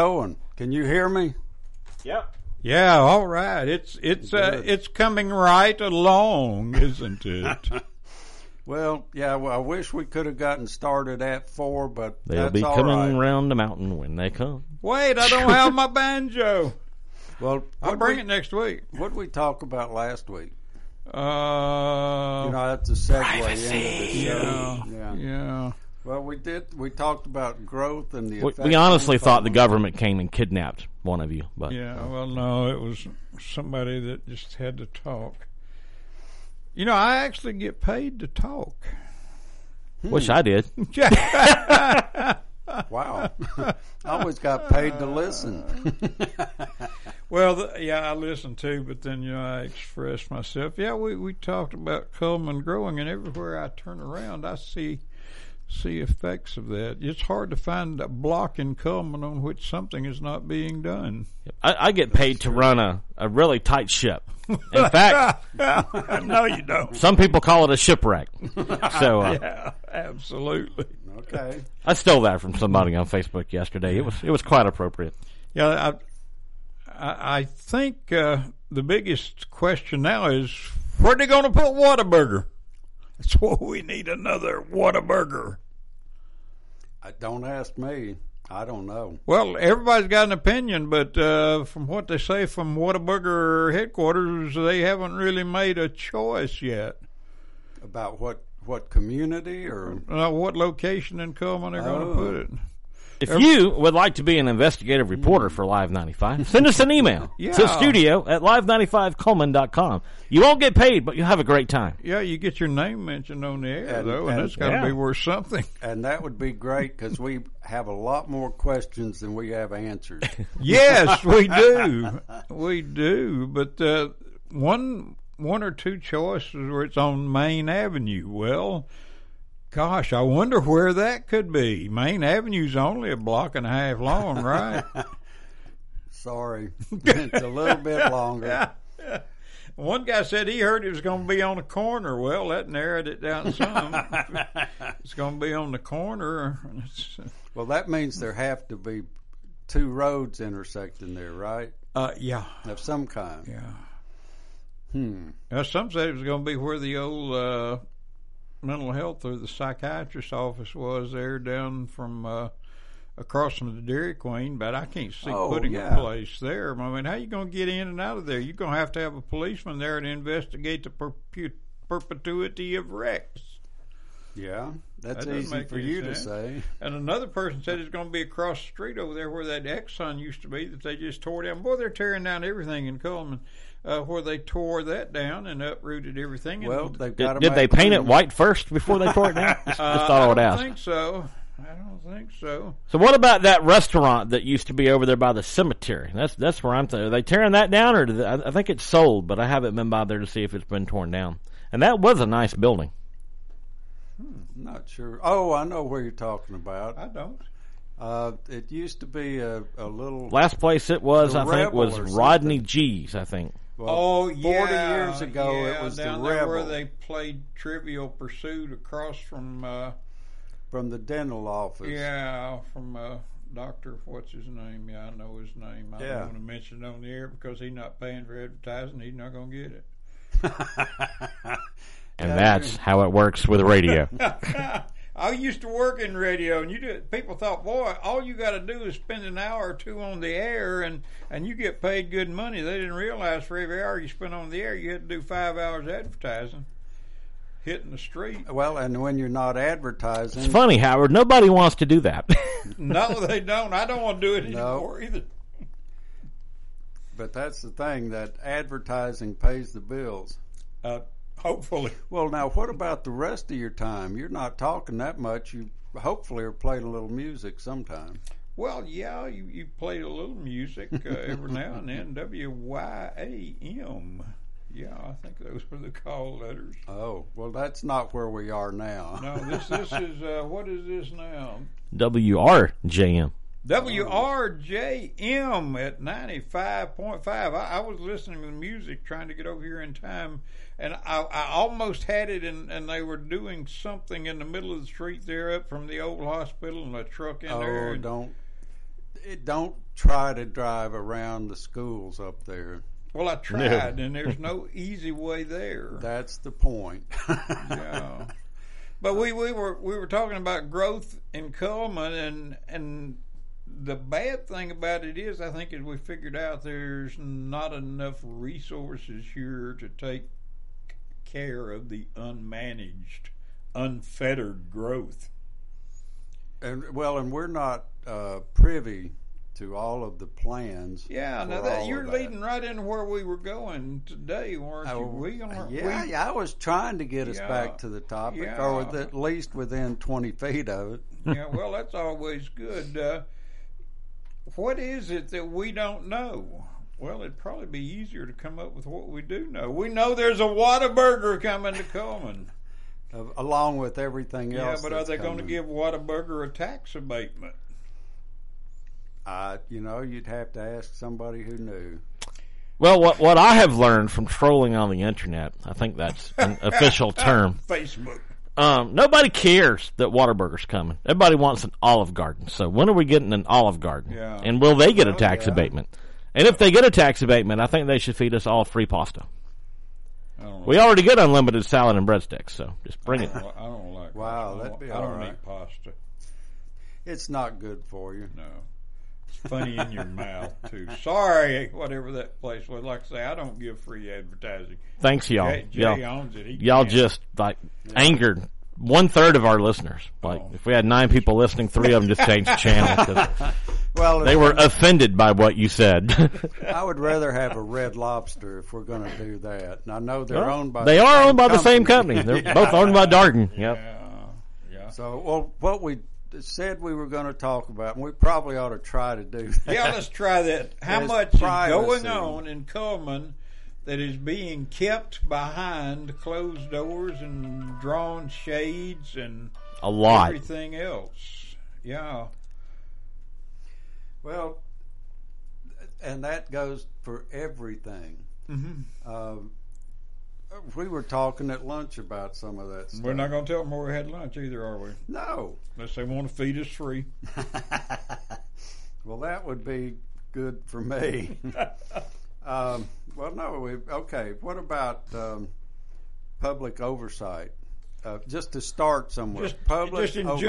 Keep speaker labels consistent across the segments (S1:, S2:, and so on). S1: Owen, can you hear me?
S2: Yep.
S3: Yeah, all right. It's it's uh,
S1: Good.
S3: it's coming right along, isn't it?
S1: Well, yeah. Well, I wish we could have gotten started at four, but
S4: They'll
S1: that's
S4: be
S1: all
S4: coming
S1: right.
S4: round the mountain when they come.
S3: Wait, I don't have my banjo.
S1: Well,
S3: I'll
S1: what'd
S3: bring
S1: we-
S3: it next week.
S1: What we talk about last week?
S3: Uh,
S1: You know, that's a segue into the show.
S3: yeah,
S1: Yeah.
S3: yeah, yeah.
S1: Well, we did. We talked about growth and the.
S4: We,
S1: effect
S4: we honestly
S1: on
S4: thought the
S1: farmers.
S4: government came and kidnapped one of you, but
S3: Well, no, it was somebody that just had to talk. You know, I actually get paid to talk.
S4: Hmm. wish I did.
S1: Wow, I always got paid to listen.
S3: Well, the, yeah, I listened to, but then you know I expressed myself. Yeah, we we talked about Coleman growing, and everywhere I turn around, I see see effects of that. It's hard to find a block in Coleman on which something is not being done.
S4: I, I get paid to run a, a really tight ship. In fact,
S3: no, you don't.
S4: some people call it a shipwreck. So uh,
S3: Yeah, absolutely.
S1: Okay.
S4: I stole that from somebody on Facebook yesterday. It was it was quite appropriate.
S3: Yeah, I I, I think uh, the biggest question now is where they going to put Whataburger? That's why we need another Whataburger.
S1: Uh, Don't ask me. I don't know.
S3: Well, everybody's got an opinion, but uh, from what they say from Whataburger headquarters, they haven't really made a choice yet.
S1: about what what community or
S3: Now, what location in Coleman they're going
S1: Oh.
S3: to put it?
S4: If you would like to be an investigative reporter for Live 95, send us an email to
S3: Yeah.
S4: studio at live95coleman.com. You won't get paid, but you'll have a great time.
S3: Yeah, you get your name mentioned on the air,
S1: And-
S3: though, and,
S1: and-
S3: it's got to
S4: yeah.
S3: be worth something.
S1: and that would be great because we have a lot more questions than we have answers
S3: yes, we do. We do. But uh, one one or two choices where it's on Main Avenue. Well, gosh, I wonder where that could be. Main Avenue's only a block and a half long, right?
S1: sorry it's a little bit longer
S3: One guy said he heard it was going to be on the corner. Well, that narrowed it down some. it's going to be on the corner. It's,
S1: well that means there have to be two roads intersecting there right
S3: uh, yeah,
S1: of some kind
S3: yeah. Hmm. Now, some said it was going to be where the old uh, mental health or the psychiatrist's office was there down from uh, across from the Dairy Queen, but I can't see
S1: Oh,
S3: putting
S1: yeah.
S3: a place there. I mean, how you going to get in and out of there? You're going to have to have a policeman there to investigate the perpu- perpetuity of wrecks.
S1: yeah that's
S3: That doesn't
S1: easy
S3: make
S1: for
S3: any
S1: you to
S3: sense.
S1: say
S3: And another person said it's going to be across the street over there where that Exxon used to be that they just tore down. Boy, they're tearing down everything in Coleman, uh, where they tore that down and uprooted everything.
S1: well
S3: and,
S1: they've got
S4: Did, did they paint it white first before they tore it down? That's all I would
S3: don't
S4: ask.
S3: think so. I don't think so.
S4: So what about that restaurant that used to be over there by the cemetery? That's that's where I'm. Th- are they tearing that down, or do they, I I think it's sold? But I haven't been by there to see if it's been torn down. And that was a nice building.
S1: not sure oh i know where you're talking about
S3: I don't.
S1: uh, it used to be a, a little
S4: Last place it was,
S1: The
S4: I think,
S1: Rebel
S4: was
S1: or
S4: Rodney G's. I think.
S3: Oh.
S1: well, 40
S3: yeah,
S1: years ago
S3: yeah,
S1: it was the
S3: down there where
S1: rebel
S3: they played Trivial Pursuit across from uh,
S1: from the dental office
S3: yeah from uh, Doctor what's his name? Yeah, I know his name. I
S1: Yeah.
S3: don't want to mention it on the air because he's not paying for advertising. He's not going to get it.
S4: And that's how it works with radio.
S3: I used to work in radio, and you did, people thought, boy, all you got to do is spend an hour or two on the air, and and you get paid good money. They didn't realize for every hour you spent on the air, you had to do five hours advertising, hitting the street.
S1: well and when you're not advertising
S4: it's funny, Howard. Nobody wants to do that.
S3: No, they don't. I don't want to do it
S1: No.
S3: anymore either.
S1: But that's the thing that advertising pays the bills.
S3: Uh, hopefully,
S1: Well, now what about the rest of your time? You're not talking that much. You hopefully are playing a little music sometime.
S3: Well, yeah, you, you played a little music uh, every now and then. W Y A M. Yeah, I think those were the call letters.
S1: Oh, well, that's not where we are now.
S3: No, this this is uh, what is this now?
S4: WRJM.
S3: WRJM at 95.5. I, I was listening to the music trying to get over here in time, and I, I almost had it, and, and they were doing something in the middle of the street there up from the old hospital, and a truck in
S1: oh,
S3: there. and-
S1: don't. It, don't try to drive around the schools up there.
S3: Well, I tried, and there's no easy way there.
S1: That's the point.
S3: yeah. But we, we were we were talking about growth in Coleman, and and the bad thing about it is, I think, as we figured out, there's not enough resources here to take care of the unmanaged, unfettered growth.
S1: And well, and we're not uh, privy to all of the plans.
S3: Yeah, now
S1: for all
S3: that
S1: of
S3: you're
S1: that.
S3: leading right into where we were going today, weren't
S1: Oh,
S3: you? We are.
S1: yeah,
S3: we-
S1: yeah, I was trying to get us
S3: Yeah.
S1: back to the topic,
S3: Yeah.
S1: or with at least within twenty feet of it.
S3: yeah, well, that's always good. Uh, what is it that we don't know? Well, it'd probably be easier to come up with what we do know. We know there's a Whataburger coming to Coleman.
S1: of- along with everything
S3: yeah,
S1: else.
S3: but are
S1: that's
S3: they going to
S1: coming.
S3: give Whataburger a tax abatement?
S1: I, you know, you'd have to ask somebody who knew.
S4: Well, what what I have learned from trolling on the internet, I think that's an official term.
S3: Facebook.
S4: Um, nobody cares that Waterburger's coming. Everybody wants an Olive Garden. So when are we getting an Olive Garden?
S3: Yeah.
S4: And will they get a tax
S1: yeah.
S4: abatement? And if they get a tax abatement, I think they should feed us all free pasta.
S3: I don't
S4: We already get unlimited salad and breadsticks, so just bring it.
S3: I don't, I don't like.
S1: Wow,
S3: I don't-
S1: that'd be
S3: I don't
S1: all right.
S3: eat pasta.
S1: It's not good for you.
S3: No, it's funny in your mouth too. Sorry, whatever that place was. Like I say, I don't give free advertising.
S4: Thanks, y'all.
S3: Jay,
S4: y'all,
S3: Jay owns it. He
S4: y'all
S3: can't.
S4: just like angered one third of our listeners. Like
S3: Oh.
S4: if we had nine people listening, three of them just changed the channel 'cause
S1: Well,
S4: they were offended by what you said.
S1: I would rather have a red lobster if we're going to do that. And I know they're
S4: Well,
S1: owned by
S4: they
S1: the
S4: are
S1: same
S4: owned by the same company. They're both owned by Darden. Yep.
S3: Yeah, yeah.
S1: So, well, what we said we were going to talk about, and we probably ought to try to do that.
S3: Yeah, let's try that. How
S1: There's
S3: much is going
S1: privacy.
S3: on in Coleman that is being kept behind closed doors and drawn shades and
S4: A lot.
S3: everything else? Yeah.
S1: Well, and that goes for everything.
S3: hmm
S1: Um, we were talking at lunch about some of that stuff.
S3: We're not going to tell them where we had lunch either, are we?
S1: no.
S3: Unless they want to feed us free.
S1: well, that would be good for me. um, well, no, we okay. What about um, public oversight? Uh, just to start somewhere,
S3: Just,
S1: public
S3: just in
S1: oversight.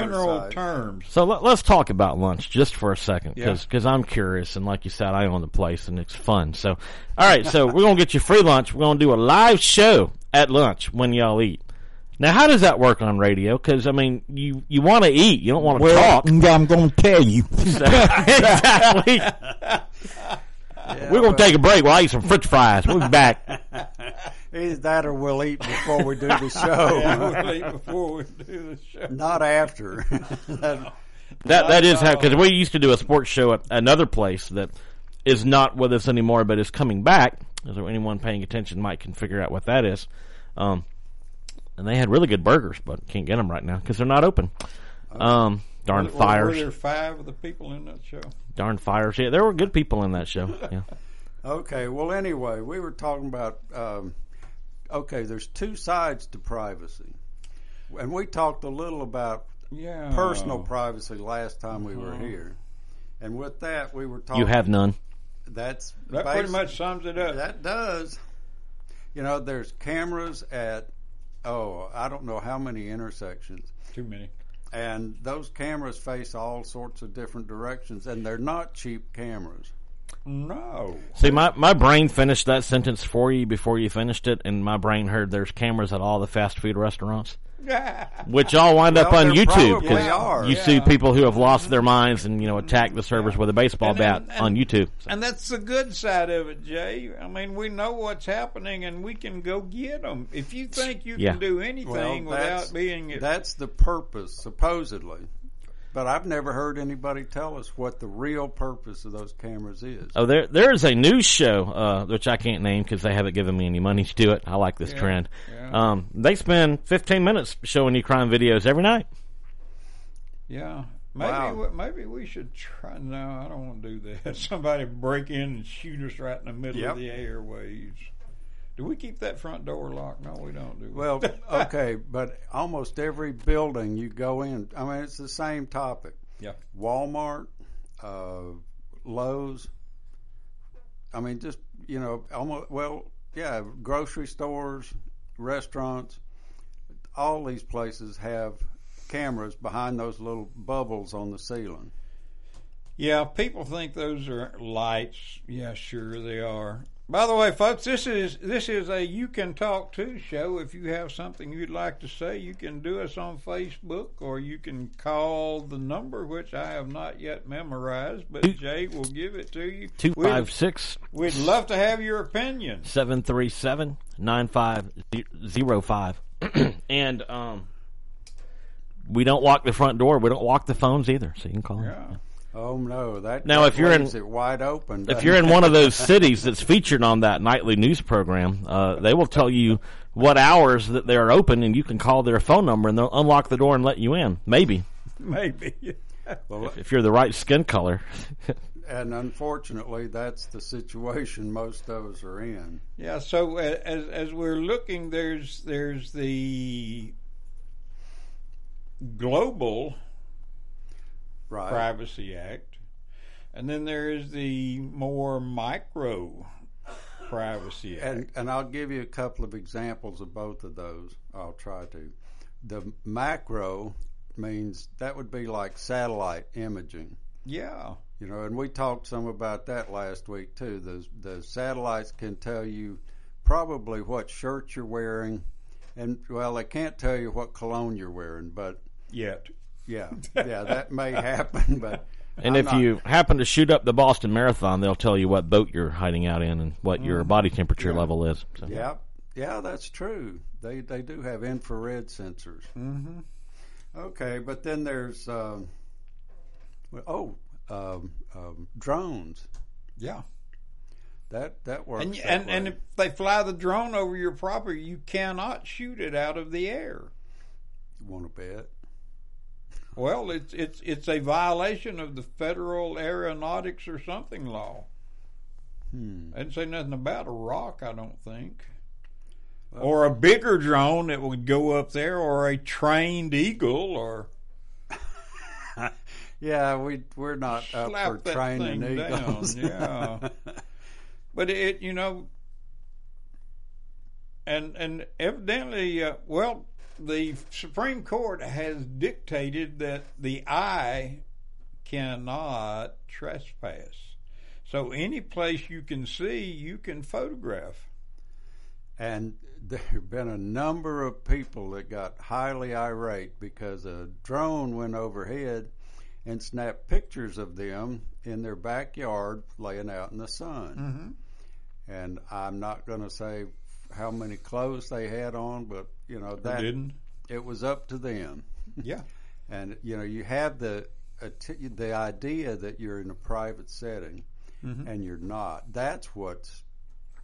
S3: general terms.
S4: So let, let's talk about lunch just for a second
S3: Yeah.
S4: because I'm curious. And like you said, I own the place and it's fun. So, all right. So we're going to get you free lunch. We're going to do a live show at lunch when y'all eat. Now, how does that work on radio? Because, I mean, you, you want to eat. You don't want to talk.
S2: I'm going to tell you.
S4: So, exactly.
S1: Yeah,
S4: We're going
S1: well,
S4: to take a break. We'll eat some french fries. We'll be back.
S1: either that, or we'll eat before we do the show,
S3: Yeah, we'll eat before we do the show.
S1: not after. That-
S4: That, that is how, because we used to do a sports show at another place that is not with us anymore, but is coming back. So anyone paying attention might can figure out what that is. Um, and they had really good burgers, but can't get them right now because they're not open. Um, darn
S3: Were- Were
S4: fires,
S3: there five of the people in that show?
S4: darn fires. Yeah, there were good people in that show. Yeah.
S1: okay. Well, anyway, we were talking about. Um, okay, there's two sides to privacy, and we talked a little about
S3: Yeah.
S1: personal
S3: Oh.
S1: privacy last time we
S3: Uh-huh.
S1: were here. And with that, we were talking.
S4: You have none.
S1: That's
S3: That
S1: basi-
S3: pretty much sums it up.
S1: That does. You know, there's cameras at, oh, I don't know how many intersections.
S3: Too many.
S1: And those cameras face all sorts of different directions, and they're not cheap cameras.
S3: No.
S4: See, my, my brain finished that sentence for you before you finished it, and my brain heard there's cameras at all the fast food restaurants, which all wind up
S1: Well,
S4: on
S1: there
S4: YouTube
S1: probably
S4: because
S1: are.
S4: you see people who have lost their minds and you know attack the servers with a baseball
S3: And
S4: bat
S3: then-
S4: on YouTube.
S3: And that's the good side of it, Jay. I mean, we know what's happening, and we can go get them. If you think you
S4: Yeah.
S3: can do anything
S1: that's-
S3: without being,
S1: That's the purpose, supposedly. But I've never heard anybody tell us what the real purpose of those cameras is.
S4: Oh, there there is a news show uh, which I can't name because they haven't given me any money to do it. I like this
S3: Yeah,
S4: trend.
S3: yeah.
S4: Um, they spend 15 minutes showing you crime videos every night.
S3: yeah, maybe
S1: Wow.
S3: we, maybe we should try. No, I don't want to do that. Somebody break in and shoot us right in the middle
S1: Yep.
S3: of the airways. Do we keep that front door locked? No, we don't. Do we?
S1: Well, okay, but almost every building you go in, I mean, it's the same topic.
S3: Yeah.
S1: Walmart, uh, Lowe's. I mean, just you know, almost well, yeah, grocery stores, restaurants, all these places have cameras behind those little bubbles on the ceiling.
S3: Yeah, people think those are lights. Yeah, sure they are. By the way, folks, this is this is a you can talk to show. If you have something you'd like to say, you can do us on Facebook or you can call the number which I have not yet memorized, but Jay will give it to you.
S4: Two
S3: We'd-
S4: five six
S3: We'd love to have your opinion.
S4: seven three seven nine five zero five, and um, we don't lock the front door. We don't lock the phones either, so you can call.
S3: Yeah.
S1: Oh no, that
S4: Now,
S1: that
S4: if you're in-
S1: leaves it wide open,
S4: If you're in one of those cities that's featured on that nightly news program, uh, they will tell you what hours that they are open, and you can call their phone number, and they'll unlock the door and let you in. Maybe
S3: Maybe.
S1: Well,
S4: if you're the right skin color.
S1: and unfortunately, that's the situation most of us are in.
S3: Yeah, so a- as as we're looking, there's there's the global
S1: Right.
S3: Privacy Act, and then there is the more micro Privacy Act.
S1: And and I'll give you a couple of examples of both of those. I'll try to. The macro means that would be like satellite imaging.
S3: yeah,
S1: You know, and we talked some about that last week too. The the satellites can tell you probably what shirt you're wearing, and well, they can't tell you what cologne you're wearing, but
S3: yet.
S1: yeah, yeah, that may happen. But I'm
S4: And if
S1: not-
S4: you happen to shoot up the Boston Marathon, they'll tell you what boat you're hiding out in and what your body temperature level is. So.
S1: Mm. yeah, yeah, that's true. They they do have infrared sensors.
S3: hmm
S1: Okay, but then there's um, well, oh um, um, drones.
S3: Yeah,
S1: That that works.
S3: and
S1: that
S3: and and
S1: way.
S3: if they fly the drone over your property, you cannot shoot it out of the air.
S1: want to bet.
S3: Well, it's it's it's a violation of the federal aeronautics or something law.
S1: Hmm.
S3: I didn't say nothing about a rock, I don't think. Or a bigger drone that would go up there, or a trained eagle, or
S1: Yeah, we we're not
S3: Slap
S1: up for
S3: that
S1: training
S3: thing down,
S1: eagles.
S3: yeah. but it you know, and and evidently, uh, well, the Supreme Court has dictated that the eye cannot trespass. So any place you can see, you can photograph.
S1: and there have been a number of people that got highly irate because a drone went overhead and snapped pictures of them in their backyard laying out in the sun.
S3: Mm-hmm.
S1: And I'm not going to say how many clothes they had on, but you know
S3: Or
S1: that
S3: didn't?
S1: it was up to them.
S3: Yeah.
S1: And you know you have the atti- the idea that you're in a private setting.
S3: Mm-hmm.
S1: and you're not. That's what's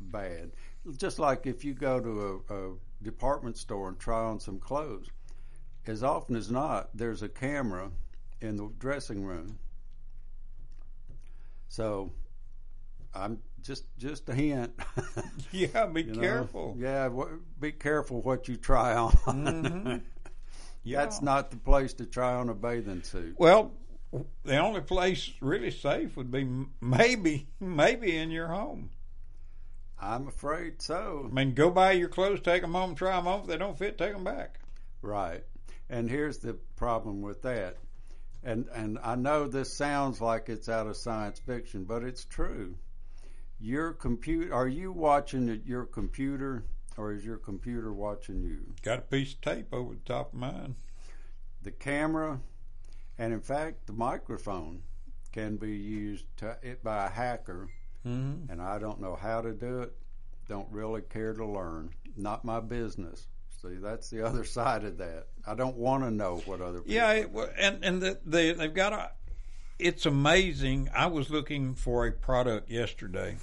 S1: bad. Just like if you go to a, a department store and try on some clothes, as often as not, there's a camera in the dressing room. So, I'm just just a hint.
S3: Yeah, be
S1: you know?
S3: careful.
S1: Yeah, w- be careful what you try on.
S3: Mhm. Yeah.
S1: That's not the place to try on a bathing suit.
S3: Well, the only place really safe would be m- maybe, maybe in your home.
S1: I'm afraid so.
S3: I mean, go buy your clothes, take them home, try them on. If they don't fit, take them back.
S1: Right. And here's the problem with that. And and I know this sounds like it's out of science fiction, but it's true. Your computer are you watching at your computer or is your computer watching you?
S3: Got a piece of tape over the top of mine.
S1: The camera and in fact the microphone can be used to, it by a hacker
S3: Mm-hmm.
S1: and I don't know how to do it. Don't really care to learn. Not my business. See, that's the other side of that. I don't want to know what other people
S3: Yeah, it, wa- and and the, they they've got a. It's amazing. I was looking for a product yesterday,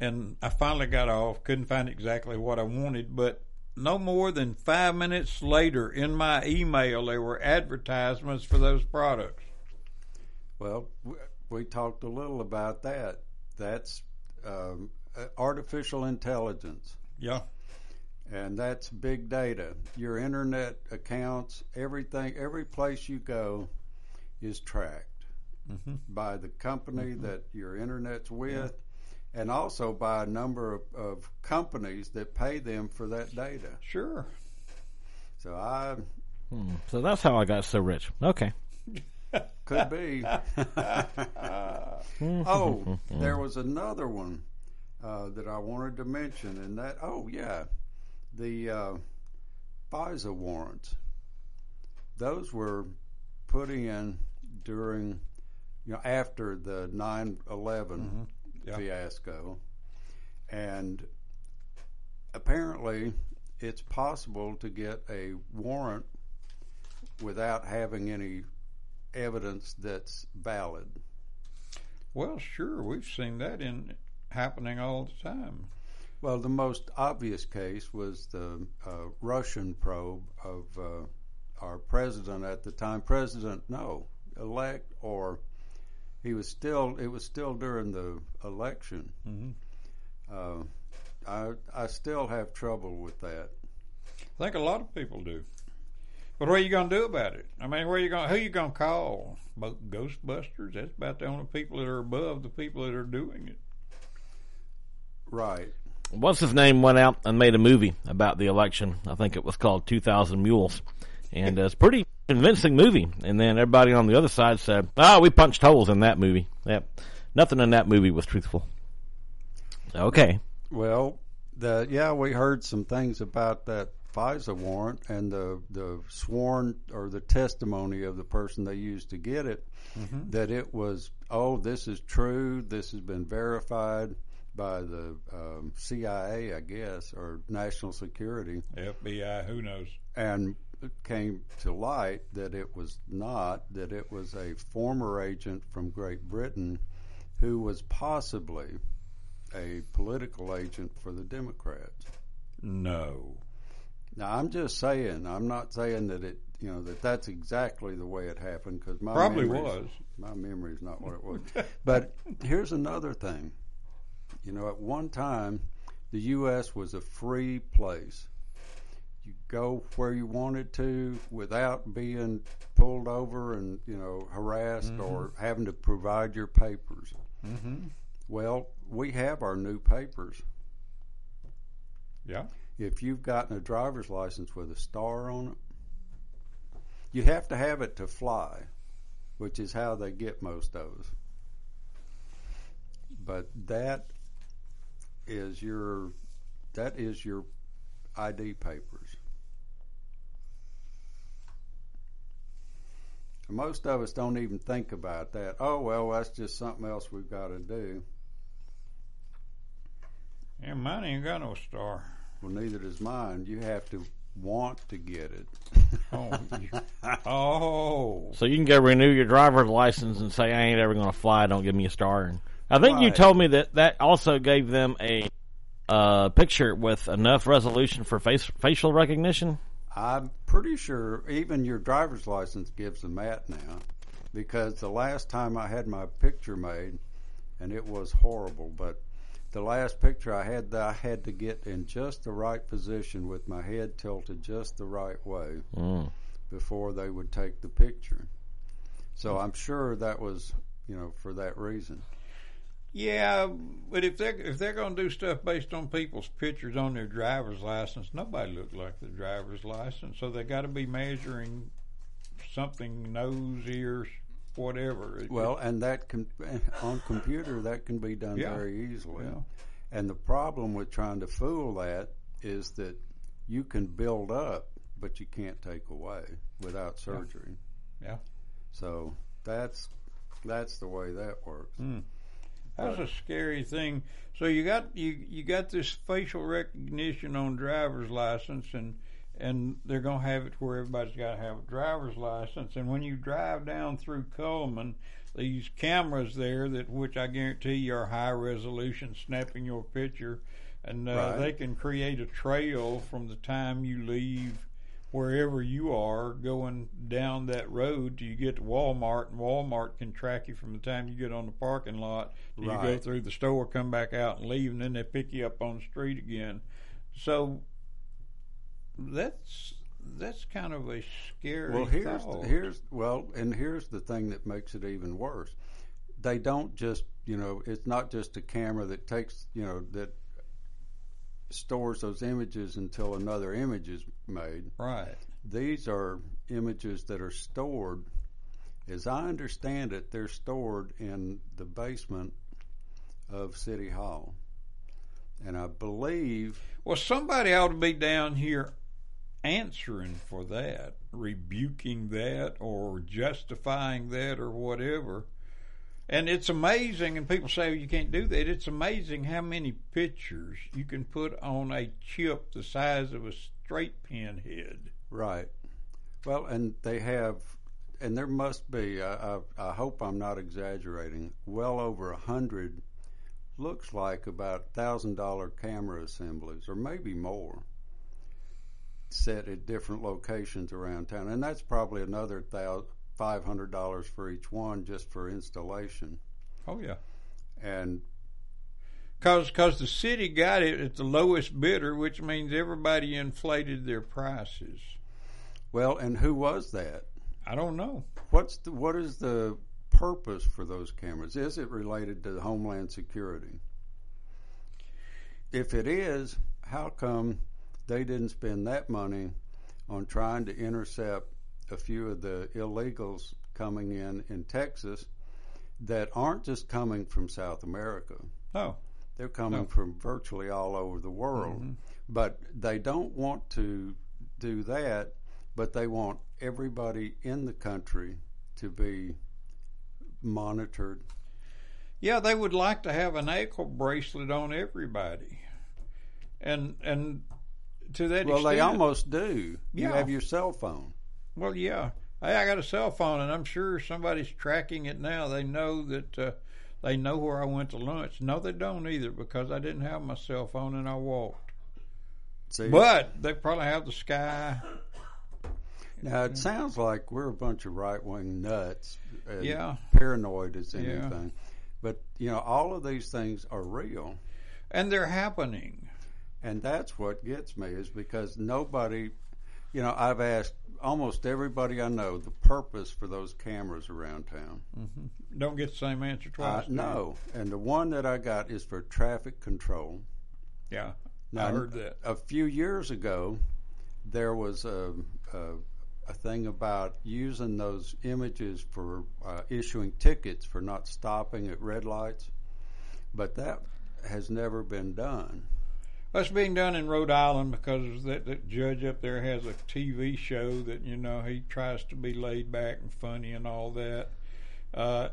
S3: and I finally got off. Couldn't find exactly what I wanted, but no more than five minutes later, in my email, there were advertisements for those products.
S1: Well, w- we talked a little about that. That's um, uh, artificial intelligence,
S3: Yeah,
S1: and that's big data. Your internet accounts, everything, every place you go is tracked. by the company that your internet's with, and also by a number of, of companies that pay them for that data.
S3: Sure.
S1: So I
S4: hmm. So that's how I got so rich. Okay.
S1: could be. oh, there was another one uh, that I wanted to mention, and that oh yeah, the uh, FISA warrants. Those were put in during, you know, after the 9 11
S3: Yeah.
S1: fiasco. And apparently, it's possible to get a warrant without having any evidence that's valid.
S3: Well, sure. We've seen that in happening all the time.
S1: Well, the most obvious case was the uh, Russian probe of uh, our president at the time, President no elect, or he was still. It was still during the election.
S3: Mhm.
S1: Uh, I I still have trouble with that.
S3: I think a lot of people do. But what are you going to do about it? I mean, where you going? Who you going to call? Bo- Ghostbusters. That's about the only people that are above the people that are doing it.
S1: Right.
S4: What's his name went out and made a movie about the election. I think it was called 2000 Mules. And uh, it's a pretty convincing movie. And then everybody on the other side said, ah, we punched holes in that movie. Yep. Nothing in that movie was truthful. Okay.
S1: Well, the yeah, we heard some things about that FISA warrant and the the sworn or the testimony of the person they used to get it that it was oh this is true this has been verified by the um, CIA I guess or National Security
S3: FBI. Who knows?
S1: and it came to light that it was not, that it was a former agent from Great Britain who was possibly a political agent for the Democrats.
S3: No.
S1: Now, I'm just saying, I'm not saying that it, you know, that that's exactly the way it happened because my
S3: Probably
S1: memory's-
S3: was.
S1: my memory's not what it was. but here's another thing. You know, at one time, the U.S. was a free place. You go where you wanted to without being pulled over and, you know, harassed or having to provide your papers.
S3: Mm-hmm.
S1: Well, we have our new papers.
S3: Yeah.
S1: If you've gotten a driver's license with a star on it, you have to have it to fly, which is how they get most of us. But that is your that is your ID papers. Most of us don't even think about that. Oh well, that's just something else we've got to do.
S3: And mine ain't got no star.
S1: Well, neither does mine. You have to want to get it.
S3: Oh. you- oh.
S4: So you can go renew your driver's license and say, I ain't ever going to fly. Don't give me a star. And I think you
S1: Right.
S4: told me that that also gave them a uh, picture with enough resolution for face, facial recognition.
S1: I'm pretty sure even your driver's license gives them that now, because the last time I had my picture made, and it was horrible, but the last picture I had, I had to get in just the right position with my head tilted just the right way
S4: Mm.
S1: before they would take the picture. So I'm sure that was, you know, for that reason.
S3: Yeah, but if they're if they're going to do stuff based on people's pictures on their driver's license, nobody looked like the driver's license, so they got to be measuring something nose, ears, whatever. It-
S1: Well, and that can on computer that can be done
S3: Yeah.
S1: very easily.
S3: Yeah.
S1: And the problem with trying to fool that is that you can build up, but you can't take away without surgery.
S3: Yeah.
S1: So that's that's the way that works.
S3: that's a scary thing. So you got you you got this facial recognition on driver's license, and and they're going to have it where everybody's got to have a driver's license. And when you drive down through Coleman, these cameras there that which I guarantee you are high resolution, snapping your picture, and uh,
S1: Right.
S3: they can create a trail from the time you leave wherever you are going down that road till you get to Walmart, and Walmart can track you from the time you get on the parking lot till you go
S1: Right.
S3: through the store, come back out and leave, and then they pick you up on the street again. So that's that's kind of a scary
S1: Well, here's
S3: thought.
S1: here's well, and here's the thing that makes it even worse. They don't just you know it's not just a camera that takes you know that stores those images until another image is made.
S3: right.
S1: These are images that are stored. As I understand it, they're stored in the basement of City Hall, and I believe
S3: Well, somebody ought to be down here answering for that, rebuking that, or justifying that, or whatever. And it's amazing, and people say you can't do that. It's amazing how many pictures you can put on a chip the size of a straight pin head.
S1: Right. Well, and they have, and there must be. I, I, I hope I'm not exaggerating. Well over a hundred, looks like about thousand dollar camera assemblies, or maybe more, set at different locations around town, and that's probably another thousand five hundred dollars for each one just for installation.
S3: Oh yeah,
S1: And
S3: because the city got it at the lowest bidder, which means everybody inflated their prices.
S1: well, and who was that?
S3: I don't know.
S1: What's the, what is the purpose for those cameras? Is it related to Homeland Security? If it is, how come they didn't spend that money on trying to intercept a few of the illegals coming in in Texas that aren't just coming from South America?
S3: Oh,
S1: They're coming
S3: No.
S1: from virtually all over the world,
S3: Mhm.
S1: but they don't want to do that. But they want everybody in the country to be monitored.
S3: Yeah, they would like to have an ankle bracelet on everybody, and and to that
S1: Well,
S3: extent,
S1: they almost do. You
S3: Yeah.
S1: have your cell phone.
S3: well, yeah. Hey, I got a cell phone, and I'm sure somebody's tracking it now. They know that uh, they know where I went to lunch. No, they don't either because I didn't have my cell phone and I walked.
S1: See,
S3: But they probably have the sky.
S1: now it sounds like we're a bunch of right wing nuts, and
S3: Yeah.
S1: paranoid as
S3: Yeah.
S1: anything. But you know, all of these things are real.
S3: and they're happening.
S1: And that's what gets me is because nobody, you know, I've asked almost everybody I know the purpose for those cameras around town.
S3: Don't get the same answer
S1: Uh,
S3: twice. do you?
S1: no, and the one that I got is for traffic control.
S3: Yeah,
S1: Now,
S3: I heard that.
S1: A few years ago, there was a, a, a thing about using those images for uh, issuing tickets for not stopping at red lights, but that has never been done.
S3: That's being done in Rhode Island because that, that judge up there has a TV show that you know he tries to be laid back and funny and all that. Uh,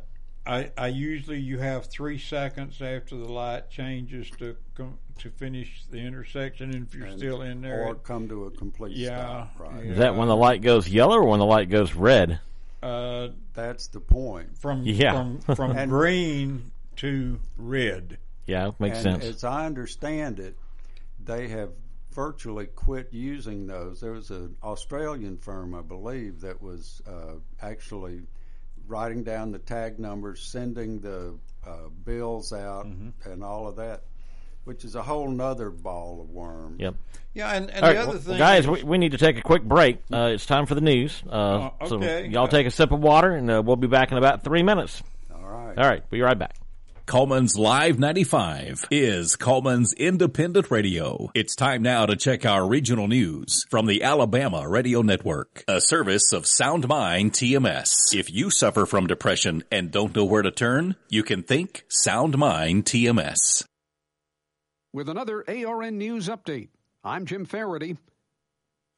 S3: I I usually you have three seconds after the light changes to com- to finish the intersection, and if you're
S1: And-
S3: still in there,
S1: or come to a complete
S3: Yeah,
S1: stop. Right.
S3: yeah.
S4: Is that when the light goes yellow or when the light goes red?
S3: uh,
S1: That's the point.
S3: from
S4: Yeah.
S3: from from
S1: And-
S3: green to red.
S4: Yeah, makes
S1: and
S4: sense.
S1: as I understand it, they have virtually quit using those. There was an Australian firm, I believe, that was uh, actually writing down the tag numbers, sending the uh, bills out,
S4: Mm-hmm.
S1: and all of that, which is a whole nother ball of worms.
S4: Yep.
S3: Yeah, and, and
S4: All
S3: the
S4: right,
S3: other
S4: well,
S3: thing,
S4: guys, we, we need to take a quick break. Uh, it's time for the news. Uh,
S3: Uh,
S4: So
S3: okay.
S4: y'all take a sip of water, and uh, we'll be back in about three minutes.
S1: All right.
S4: All right, be right back.
S2: Coleman's Live 95 is Coleman's independent radio. It's time now to check our regional news from the Alabama Radio Network, a service of Sound Mind TMS. If you suffer from depression and don't know where to turn, you can think Sound Mind TMS.
S5: with another ARN News update. I'm Jim Farady.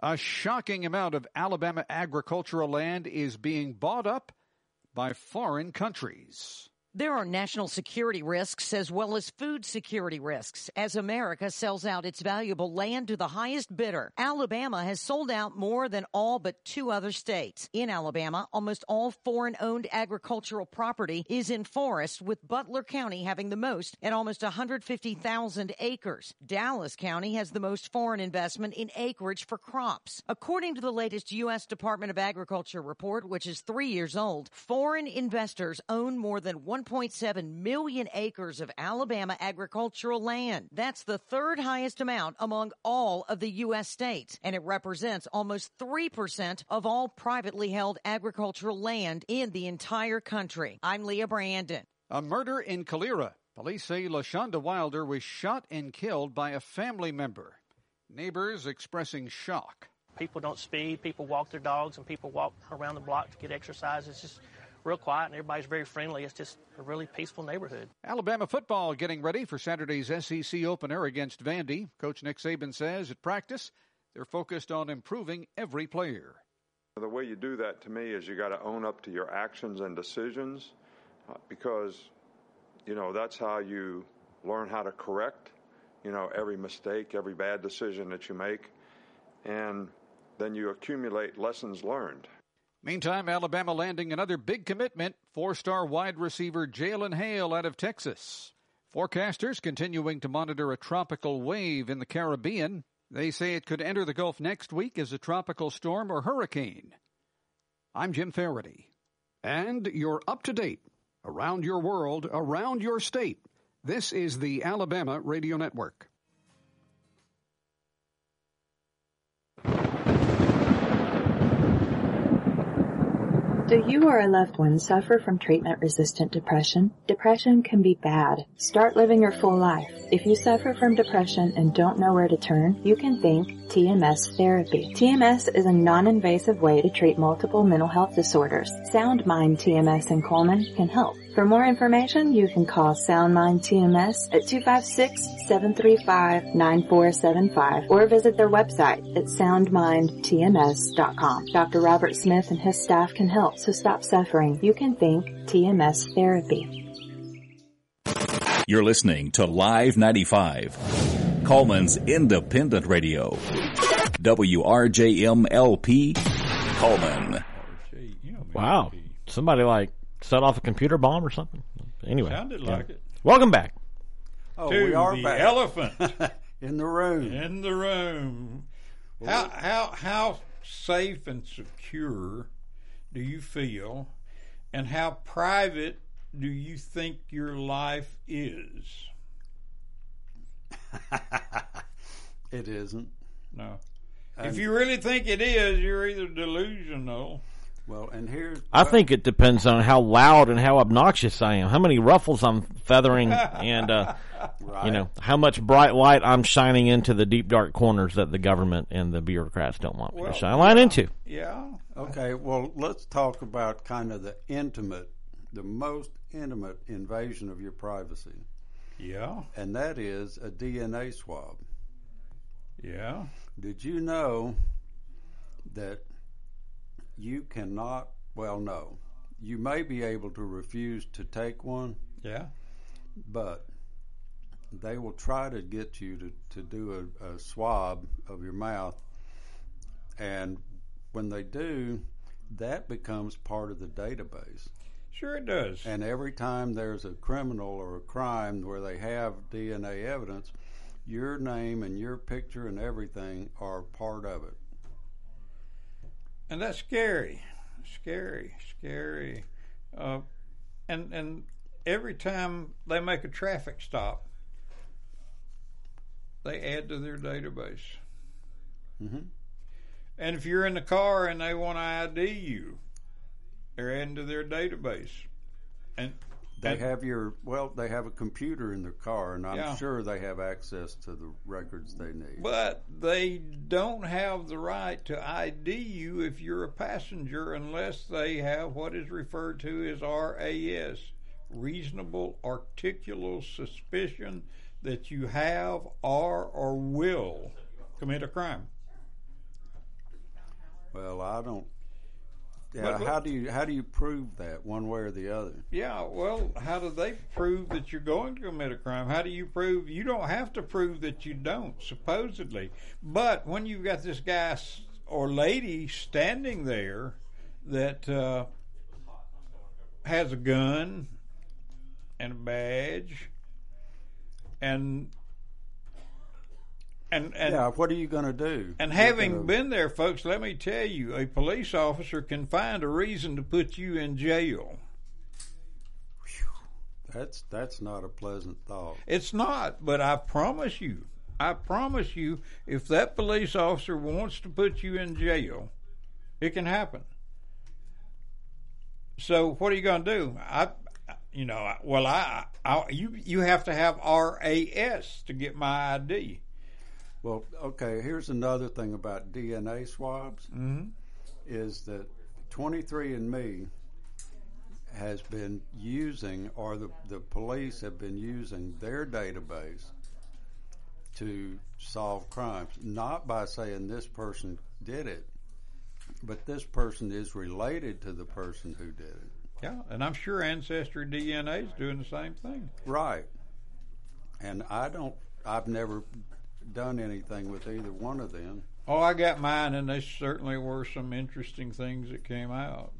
S5: A shocking amount of Alabama agricultural land is being bought up by foreign countries.
S6: There are national security risks as well as food security risks as America sells out its valuable land to the highest bidder. Alabama has sold out more than all but two other states. In Alabama, almost all foreign owned agricultural property is in forests, with Butler County having the most at almost 150,000 acres. Dallas County has the most foreign investment in acreage for crops. According to the latest U.S. Department of Agriculture report, which is three years old, foreign investors own more than 1. 1.7 million acres of Alabama agricultural land. That's the third highest amount among all of the U.S. states, and it represents almost 3% of all privately held agricultural land in the entire country. I'm Leah Brandon.
S5: A murder in Calera. Police say LaShonda Wilder was shot and killed by a family member. Neighbors expressing shock.
S7: People don't speed. People walk their dogs, and people walk around the block to get exercise. It's just real quiet, and everybody's very friendly. It's just a really peaceful neighborhood.
S5: Alabama football getting ready for Saturday's SEC opener against Vandy. Coach Nick Saban says at practice, they're focused on improving every player.
S8: The way you do that to me is you got to own up to your actions and decisions uh, because, you know, that's how you learn how to correct, you know, every mistake, every bad decision that you make. And then you accumulate lessons learned.
S5: Meantime, Alabama landing another big commitment four star wide receiver Jalen Hale out of Texas. Forecasters continuing to monitor a tropical wave in the Caribbean. They say it could enter the Gulf next week as a tropical storm or hurricane. I'm Jim Faraday.
S9: And you're up to date. Around your world, around your state. This is the Alabama Radio Network.
S10: Do you or a loved one suffer from treatment resistant depression? Depression can be bad. Start living your full life. If you suffer from depression and don't know where to turn, you can think TMS therapy. TMS is a non-invasive way to treat multiple mental health disorders. Sound Mind TMS in Coleman can help. For more information, you can call Sound Mind TMS at 256-735-9475 or visit their website at soundmindtms.com. Dr. Robert Smith and his staff can help so stop suffering. You can think TMS therapy.
S2: You're listening to Live 95, Coleman's independent radio. WRJMLP, Coleman.
S3: Gee, you know, man,
S4: Wow.
S3: he
S4: Somebody like set off a computer bomb or something. Anyway,
S3: Sounded
S4: yeah.
S3: like it.
S4: Welcome back.
S1: Oh,
S3: To
S1: we are
S3: the
S1: back
S3: elephant
S1: in the room.
S3: in the room. How how how safe and secure do you feel, and how private do you think your life is?
S1: It isn't.
S3: No. If you really think it is, you're either delusional.
S1: Well, and here's
S4: I think it depends on how loud and how obnoxious I am, how many ruffles I'm feathering, and uh, you know how much bright light I'm shining into the deep dark corners that the government and the bureaucrats don't want me
S3: Well,
S4: to shine light into.
S3: Yeah.
S1: Okay, well, let's talk about kind of the intimate, the most intimate invasion of your privacy,
S3: Yeah.
S1: and that is a DNA swab.
S3: Yeah.
S1: Did you know that you cannot, well, no, you may be able to refuse to take one,
S3: Yeah.
S1: but they will try to get you to, to do a, a swab of your mouth. And when they do, that becomes part of the database.
S3: Sure it does.
S1: And every time there's a criminal or a crime where they have DNA evidence, your name and your picture and everything are part of it.
S3: and that's scary, scary, scary. Uh, and and every time they make a traffic stop, they add to their database.
S1: Mhm.
S3: And if you're in the car and they want to ID you, they're adding to their database. And
S1: They
S3: and-
S1: have your well, they have a computer in their car, and I'm
S3: Yeah.
S1: sure they have access to the records they need.
S3: But they don't have the right to ID you if you're a passenger unless they have what is referred to as RAS, reasonable articulable suspicion that you have, are, or will commit a crime.
S1: well, I don't. Yeah,
S3: But-
S1: how do you how do you prove that one way or the other?
S3: Yeah, well, how do they prove that you're going to commit a crime? How do you prove you don't have to prove that you don't, supposedly? But when you've got this guy s- or lady standing there that uh, has a gun and a badge and and and
S1: yeah, what are you going to do?
S3: and
S1: You're
S3: having
S1: gonna-
S3: been there, folks, let me tell you, a police officer can find a reason to put you in jail.
S1: That's that's not a pleasant thought.
S3: It's not, but I promise you, I promise you, if that police officer wants to put you in jail, it can happen. So what are you going to do? I, you know, I- well, I, I, you, you have to have RAS to get my ID.
S1: Well, okay. Here's another thing about DNA swabs is that 23andMe has been using, or the the police have been using their database to solve crimes, not by saying this person did it, but this person is related to the person who did it.
S3: Yeah, and I'm sure Ancestry DNA is doing the same thing.
S1: Right. And I don't. I've never done anything with either one of them.
S3: Oh, I got mine, and there certainly were some interesting things that came out.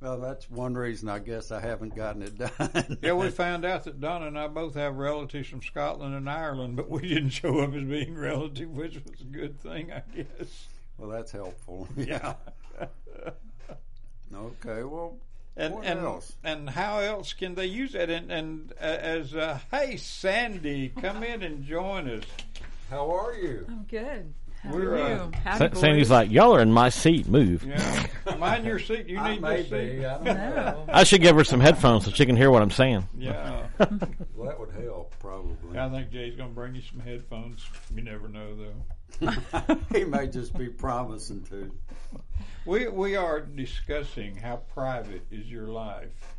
S1: Well, that's one reason I guess I haven't gotten it done.
S3: Yeah, we found out that Donna and I both have relatives from Scotland and Ireland, but we didn't show up as being relative, which was a good thing, I guess.
S1: well, that's helpful. Yeah. okay. Well,
S3: And
S1: what
S3: and
S1: else?
S3: and how else can they use that? And and uh, as uh, hey Sandy, come in and join us.
S1: How are you?
S11: I'm good. How
S3: We're,
S11: are you?
S3: uh,
S11: Howdy,
S4: Sa- Sandy's
S11: boys.
S4: like, y'all are in my seat. Move.
S3: Yeah, mind your seat. You
S1: I
S3: need
S1: may
S3: this
S1: be.
S3: seat.
S1: I don't know.
S4: I should give her some headphones so she can hear what I'm saying.
S3: Yeah,
S1: Well, that would help probably.
S3: I think Jay's gonna bring you some headphones. You never know though.
S1: he may just be promising to.
S3: We we are discussing how private is your life,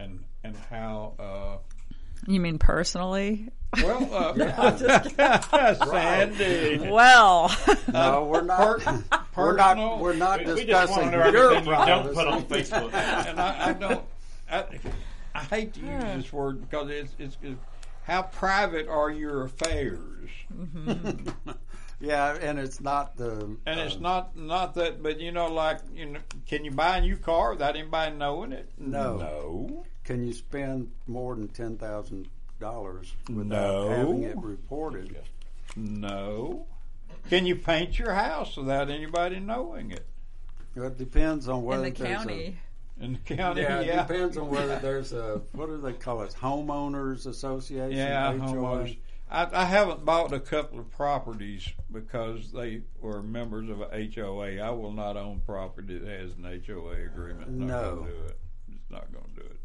S3: and and how. Uh,
S11: You mean personally?
S3: Well, uh, Sandy.
S11: Well,
S1: No, we're not. we're
S3: personal-
S1: not. We're not discussing your problems.
S12: Facebook.
S3: And I, I don't. I, I hate to use this word because it's, it's, it's how private are your affairs,
S1: Yeah, and it's not the.
S3: and it's
S1: uh,
S3: not not that. But you know, like you know, can you buy a new car without anybody knowing it?
S1: No.
S3: No.
S1: Can you spend more than ten thousand dollars without
S3: No.
S1: having it reported?
S3: No. Can you paint your house without anybody knowing it?
S1: It depends on
S11: in
S1: whether
S11: the
S1: there's a-
S11: county.
S3: In the county,
S1: Yeah,
S3: yeah.
S1: it depends on whether there's a what do they call it? Homeowners Association.
S3: Yeah,
S1: HOA.
S3: homeowners. I, I haven't bought a couple of properties because they were members of a HOA. I will not own property that has an HOA agreement. Not
S1: No.
S3: gonna do it. It's not gonna do it.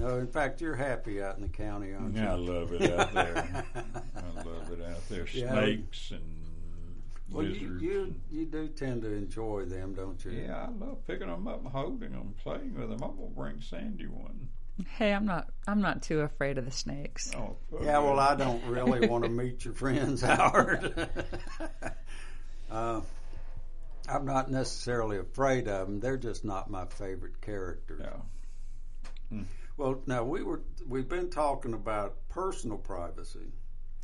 S1: No, in fact, you're happy out in the county, aren't
S3: Yeah, I
S1: you?
S3: love it out there. I love it out there.
S1: Yeah.
S3: Snakes and
S1: Well, you,
S3: lizards.
S1: you you do tend to enjoy them, don't you?
S3: and- yeah, I love picking them up, and holding them, playing with them. I'm gonna bring Sandy one.
S11: Hey, I'm not. I'm not too afraid of the snakes.
S3: Oh,
S1: Yeah. Well, I don't really want to meet your friends, Howard. uh, I'm not necessarily afraid of them. They're just not my favorite characters.
S3: Yeah.
S1: Well, now we were we've been talking about personal privacy,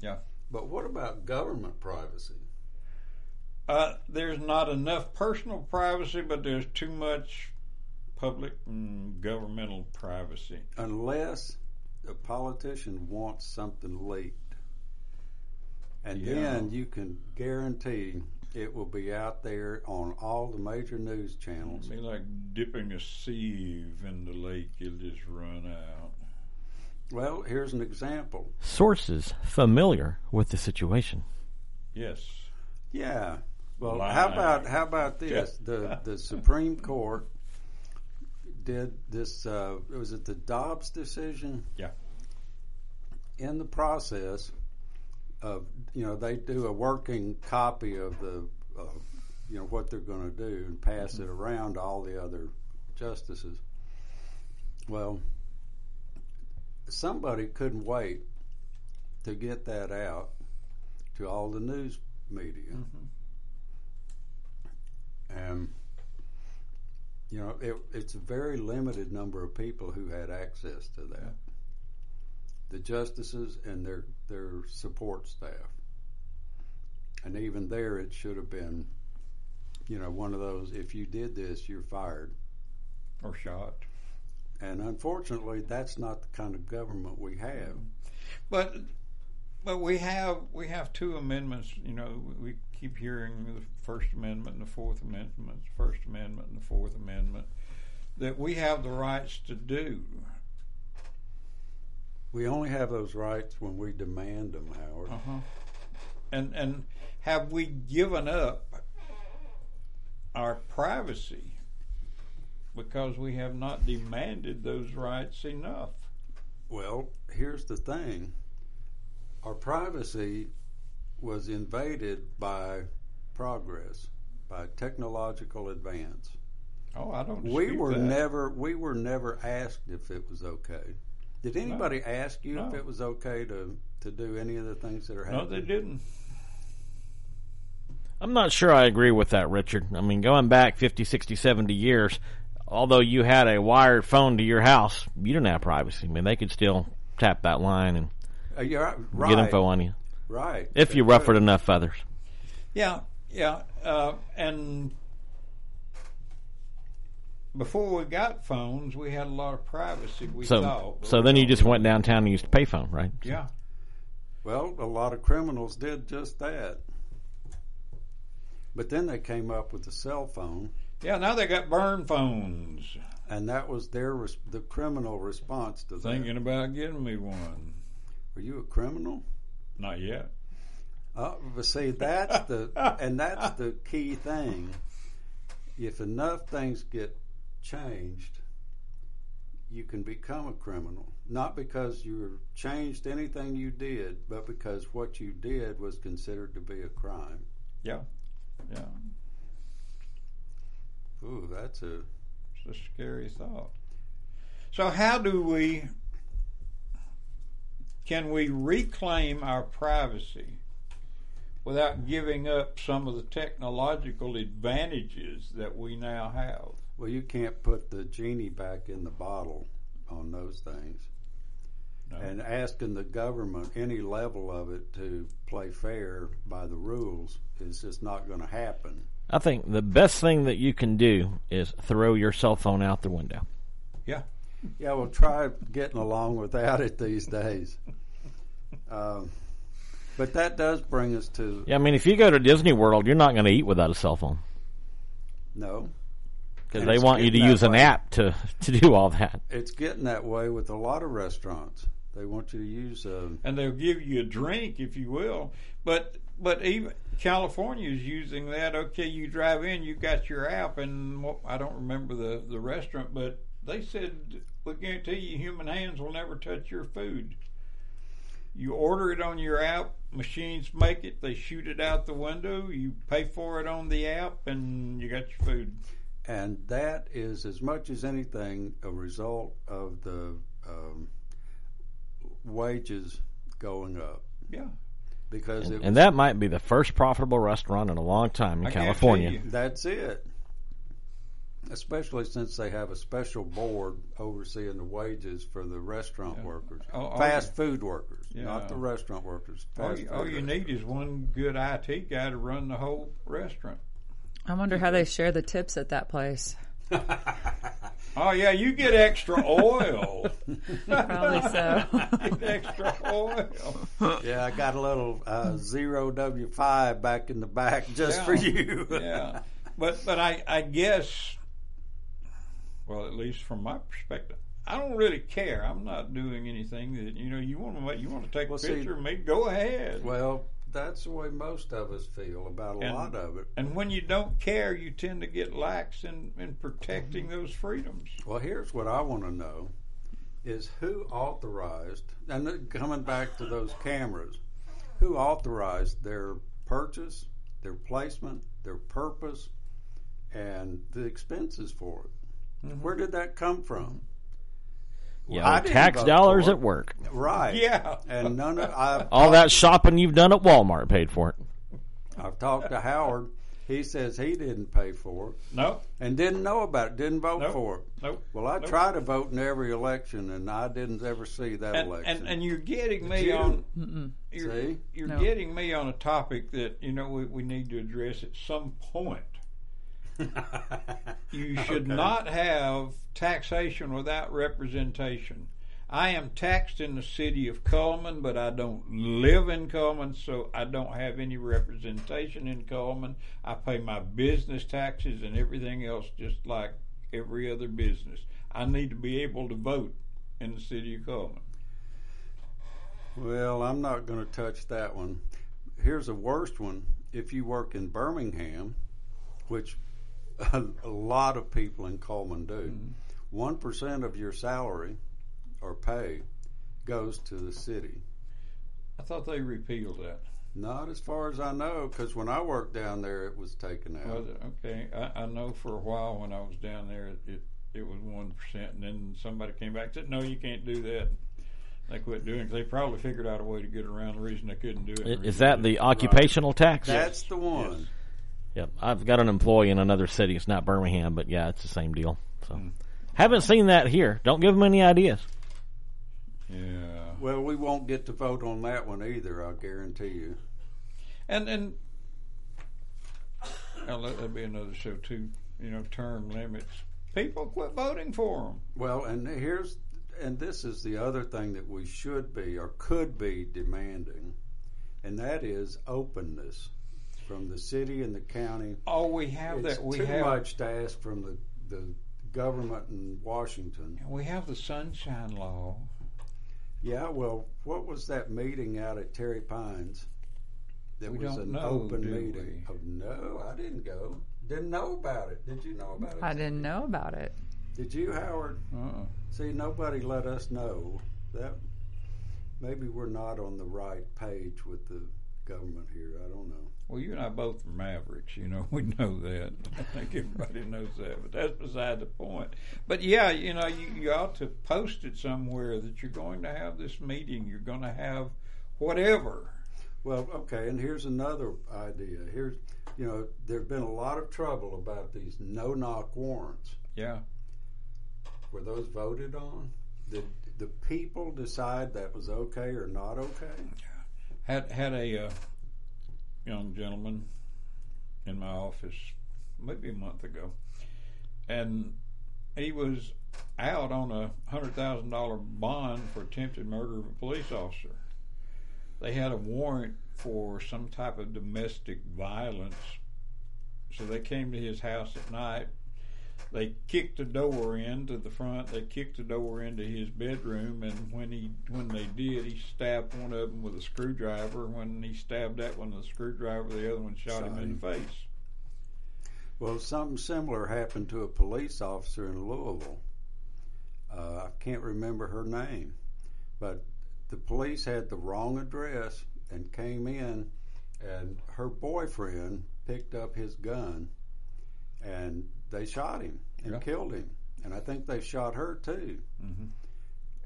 S3: Yeah.
S1: but what about government privacy?
S3: Uh, there's not enough personal privacy, but there's too much public and governmental privacy.
S1: unless a politician wants something leaked. And
S3: Yeah.
S1: then you can guarantee it will be out there on all the major news channels.
S3: It'd be like dipping a sieve in the lake, you'll just run out. Mm-hmm.
S1: Well, here's an example.
S4: Sources familiar with the situation.
S3: Yes.
S1: Yeah. Well, how
S3: Lying.
S1: about how about this? The the Supreme Court did this. Uh, was it the Dobbs decision?
S3: Yeah.
S1: In the process of you know they do a working copy of the uh, you know what they're going to do and pass it around to all the other justices. Well, somebody couldn't wait to get that out to all the news media. And you know, it, it's a very limited number of people who had access to that. The justices and their their support staff. And even there it should have been, you know, one of those if you did this, you're fired.
S3: Or shot.
S1: And unfortunately that's not the kind of government we have.
S3: But but we have we have two amendments. You know, we- we keep hearing the First Amendment and the Fourth Amendment, First Amendment and the Fourth Amendment. that we have the rights to do.
S1: We only have those rights when we demand them, Howard.
S3: Uh-huh. And and have we given up our privacy because we have not demanded those rights enough?
S1: Well, here's the thing our privacy was invaded by progress, by technological advance.
S3: Oh, I don't.
S1: We
S3: dispute
S1: were
S3: that.
S1: never we were never asked if it was okay. Did anybody ask you if
S3: No.
S1: it was okay to, to do any of the things that are
S3: No,
S1: happening?
S3: they didn't.
S4: I'm not sure I agree with that, Richard. I mean, going back 50, 60, 70 years, although you had a wired phone to your house, you didn't have privacy. I mean, they could still tap that line and
S1: Uh, you're right- right.
S4: get info on you
S1: Right.
S4: if you ruffled enough feathers.
S3: Yeah, yeah. Uh, and before we got phones, we had a lot of privacy. We
S4: so,
S3: thought.
S4: so then you just went downtown and used a payphone, right?
S3: yeah.
S1: Well, a lot of criminals did just that. But then they came up with the cell phone,
S3: Yeah, now they got burn phones.
S1: and that was their res- the criminal response to that.
S3: Thinking about getting me one.
S1: Are you a criminal?
S3: Not yet.
S1: Uh, but see, that's the and that's the key thing. If enough things get changed, you can become a criminal. Not because you changed anything you did, but because what you did was considered to be a crime.
S3: Yeah, yeah.
S1: Ooh, that's a
S3: It's a scary thought. So, how do we? Can we reclaim our privacy without giving up some of the technological advantages that we now have?
S1: Well, you can't put the genie back in the bottle on those things.
S3: No.
S1: And asking the government, any level of it, to play fair by the rules is just not going to happen.
S4: I think the best thing that you can do is throw your cell phone out the window.
S3: Yeah.
S1: Yeah, well, try getting along without it these days. Um, but that does bring us to
S4: Yeah, I mean, if you go to Disney World, you're not going to eat without a cell phone
S1: no.
S4: because
S1: And
S4: they
S1: it's
S4: want you to
S1: getting that
S4: use an
S1: way.
S4: app to, to do all that.
S1: It's getting that way with a lot of restaurants. They want you to use uh,
S3: and they'll give you a drink if you will. But but even California is using that. Okay, you drive in, you got your app, and what, I don't remember the the restaurant, but they said we guarantee you human hands will never touch your food. You order it on your app. Machines make it. They shoot it out the window. You pay for it on the app, and you got your food.
S1: and that is as much as anything a result of the um, wages going up
S3: Yeah,
S1: because it
S4: And that might be the first profitable restaurant in a long time in
S3: I guarantee
S4: California.
S3: you.
S1: that's it. Especially since they have a special board overseeing the wages for the restaurant workers,
S3: Oh, oh,
S1: fast food workers,
S3: Yeah.
S1: not the restaurant workers.
S3: All
S1: Fast
S3: you,
S1: food
S3: all you
S1: workers.
S3: need is one good IT guy to run the whole restaurant.
S11: I wonder how they share the tips at that place.
S3: Oh yeah, you get extra oil.
S11: Probably so.
S3: Get extra oil.
S1: Yeah, I got a little uh, zero W five back in the back just
S3: Yeah.
S1: for you.
S3: Yeah, but but I I guess, well, at least from my perspective, I don't really care. I'm not doing anything that you know. You want to you want to take
S1: Well,
S3: a
S1: see-
S3: picture of me? Go ahead.
S1: Well, that's the way most of us feel about a
S3: And-
S1: lot of it.
S3: and when you don't care, you tend to get lax in, in protecting
S1: Mm-hmm.
S3: those freedoms.
S1: Well, here's what I want to know is who authorized, and then coming back to those cameras, who authorized their purchase, their placement, their purpose, and the expenses for it?
S3: Mm-hmm.
S1: Where did that come from?
S4: Yeah,
S1: I
S4: well,
S1: didn't
S4: tax
S1: vote
S4: dollars
S1: for it.
S4: at work.
S1: Right.
S3: Yeah.
S1: And none of, I've,
S4: All that shopping you've done at Walmart paid for it.
S1: I've talked to Howard. He says he didn't pay for it
S3: No,
S1: and didn't know about it, didn't vote
S3: Nope.
S1: for it.
S3: no.
S1: Well, I
S3: Nope.
S1: try to vote in every election, and I didn't ever see that
S3: And,
S1: election.
S3: and and you're getting me
S1: you?
S3: on. You're,
S1: See?
S3: you're
S11: No.
S3: getting me on a topic that you know we, we need to address at some point. you should not have taxation without representation. I am taxed in the city of Coleman, but I don't live in Coleman, so I don't have any representation in Coleman. I pay my business taxes and everything else just like every other business. I need to be able to vote in the city of Coleman.
S1: Well, I'm not going to touch that one. Here's a worst one. If you work in Birmingham, which a, a lot of people in Coleman do, one of your salary or pay goes to the city.
S3: I thought they repealed that.
S1: Not as far as I know, because when I worked down there, it was taken out.
S3: Was it? Okay, I, I know for a while when I was down there, it it was one percent, and then somebody came back and said, "No, you can't do that." They quit doing it. 'cause They probably figured out a way to get around the reason they couldn't do it.
S4: I- Is that the occupational tax?
S1: That's the one.
S4: Yep. I've got an employee in another city. It's not Birmingham, but yeah, it's the same deal. So
S1: Hmm.
S4: haven't seen that here. Don't give them any ideas.
S3: Yeah.
S1: Well, we won't get to vote on that one either. I guarantee you.
S3: And and now let that be another show too. You know, term limits. People quit voting for them.
S1: Well, and here's and this is the other thing that we should be or could be demanding, and that is openness from the city and the county.
S3: Oh, we have
S1: It's
S3: that. We
S1: too
S3: have
S1: much to ask from the the government in Washington.
S3: we have the sunshine law.
S1: Yeah, well, what was that meeting out at Terry Pines? That
S3: We
S1: was
S3: don't
S1: an
S3: know,
S1: open
S3: do
S1: meeting. Oh no, I didn't go. Didn't know about it. Did you know about it?
S11: I didn't know about it.
S1: Did you, Howard?
S3: Uh-uh.
S1: See, nobody let us know that. Maybe we're not on the right page with the government here. I don't know.
S3: Well, you and I both are mavericks, you know. We know that. I think everybody knows that, but that's beside the point. But yeah, you know, you, you ought to post it somewhere that you're going to have this meeting. You're going to have whatever.
S1: Well, okay, and here's another idea. Here's, you know, there's been a lot of trouble about these no-knock warrants.
S3: Yeah.
S1: Were those voted on? Did the people decide that was okay or not okay?
S3: had had a uh, young gentleman in my office maybe a month ago, and he was out on a hundred thousand dollar bond for attempted murder of a police officer. They had a warrant for some type of domestic violence, so they came to his house at night. They kicked the door into the front. They kicked the door into his bedroom, and when he when they did, he stabbed one of them with a screwdriver. When he stabbed that one with a screwdriver, the other one shot him in the face.
S1: Well, something similar happened to a police officer in Louisville. Uh, I can't remember her name, but the police had the wrong address and came in, and her boyfriend picked up his gun, and they shot him and
S3: Yeah.
S1: killed him, and I think they shot her too.
S3: Mm-hmm.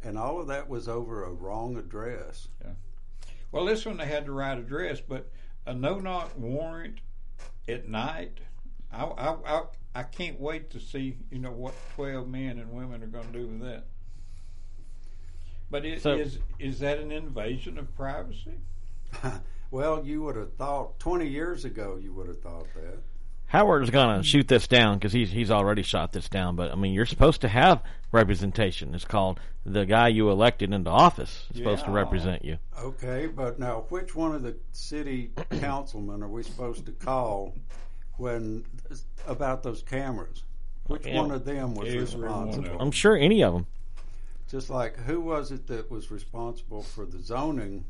S1: And all of that was over a wrong address.
S3: Well, this one they had the right address, but a no-knock warrant at night. I, I, I, I can't wait to see you know what twelve men and women are going to do with that. But it, is
S1: So-
S3: is that an invasion of privacy?
S1: Well, you would have thought twenty years ago you would have thought that.
S4: Howard's gonna shoot this down because he's he's already shot this down. But I mean, you're supposed to have representation. It's called the guy you elected into office is supposed to
S1: Yeah.
S4: represent you.
S1: Okay, but now which one of the city councilmen are we supposed to call when about those cameras? Which
S4: Yeah.
S1: one of them was
S3: Every one of
S1: responsible?
S4: I'm sure any of them.
S1: Just like who was it that was responsible for the zoning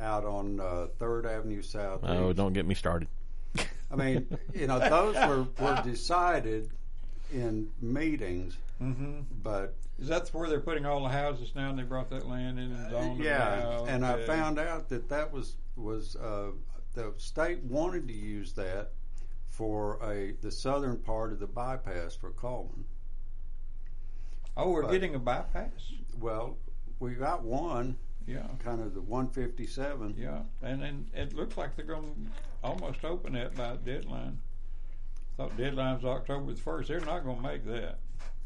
S1: out on uh, Third Avenue South?
S4: Oh, don't get me started.
S1: I mean, you know, those were, were decided in meetings,
S3: Mm-hmm.
S1: but
S3: Is that where they're putting all the houses now? And they brought that land in and zoned it
S1: Uh, yeah,
S3: out?
S1: and I
S3: Yeah.
S1: found out that that was was uh, the state wanted to use that for a the southern part of the bypass for Coleman.
S3: Oh, we're
S1: but-
S3: getting a bypass.
S1: Well, we got one,
S3: Yeah,
S1: kind of the 157.
S3: yeah, and and it looks like they're going to almost open that by deadline. Thought deadline's October the first. They're not going to make that.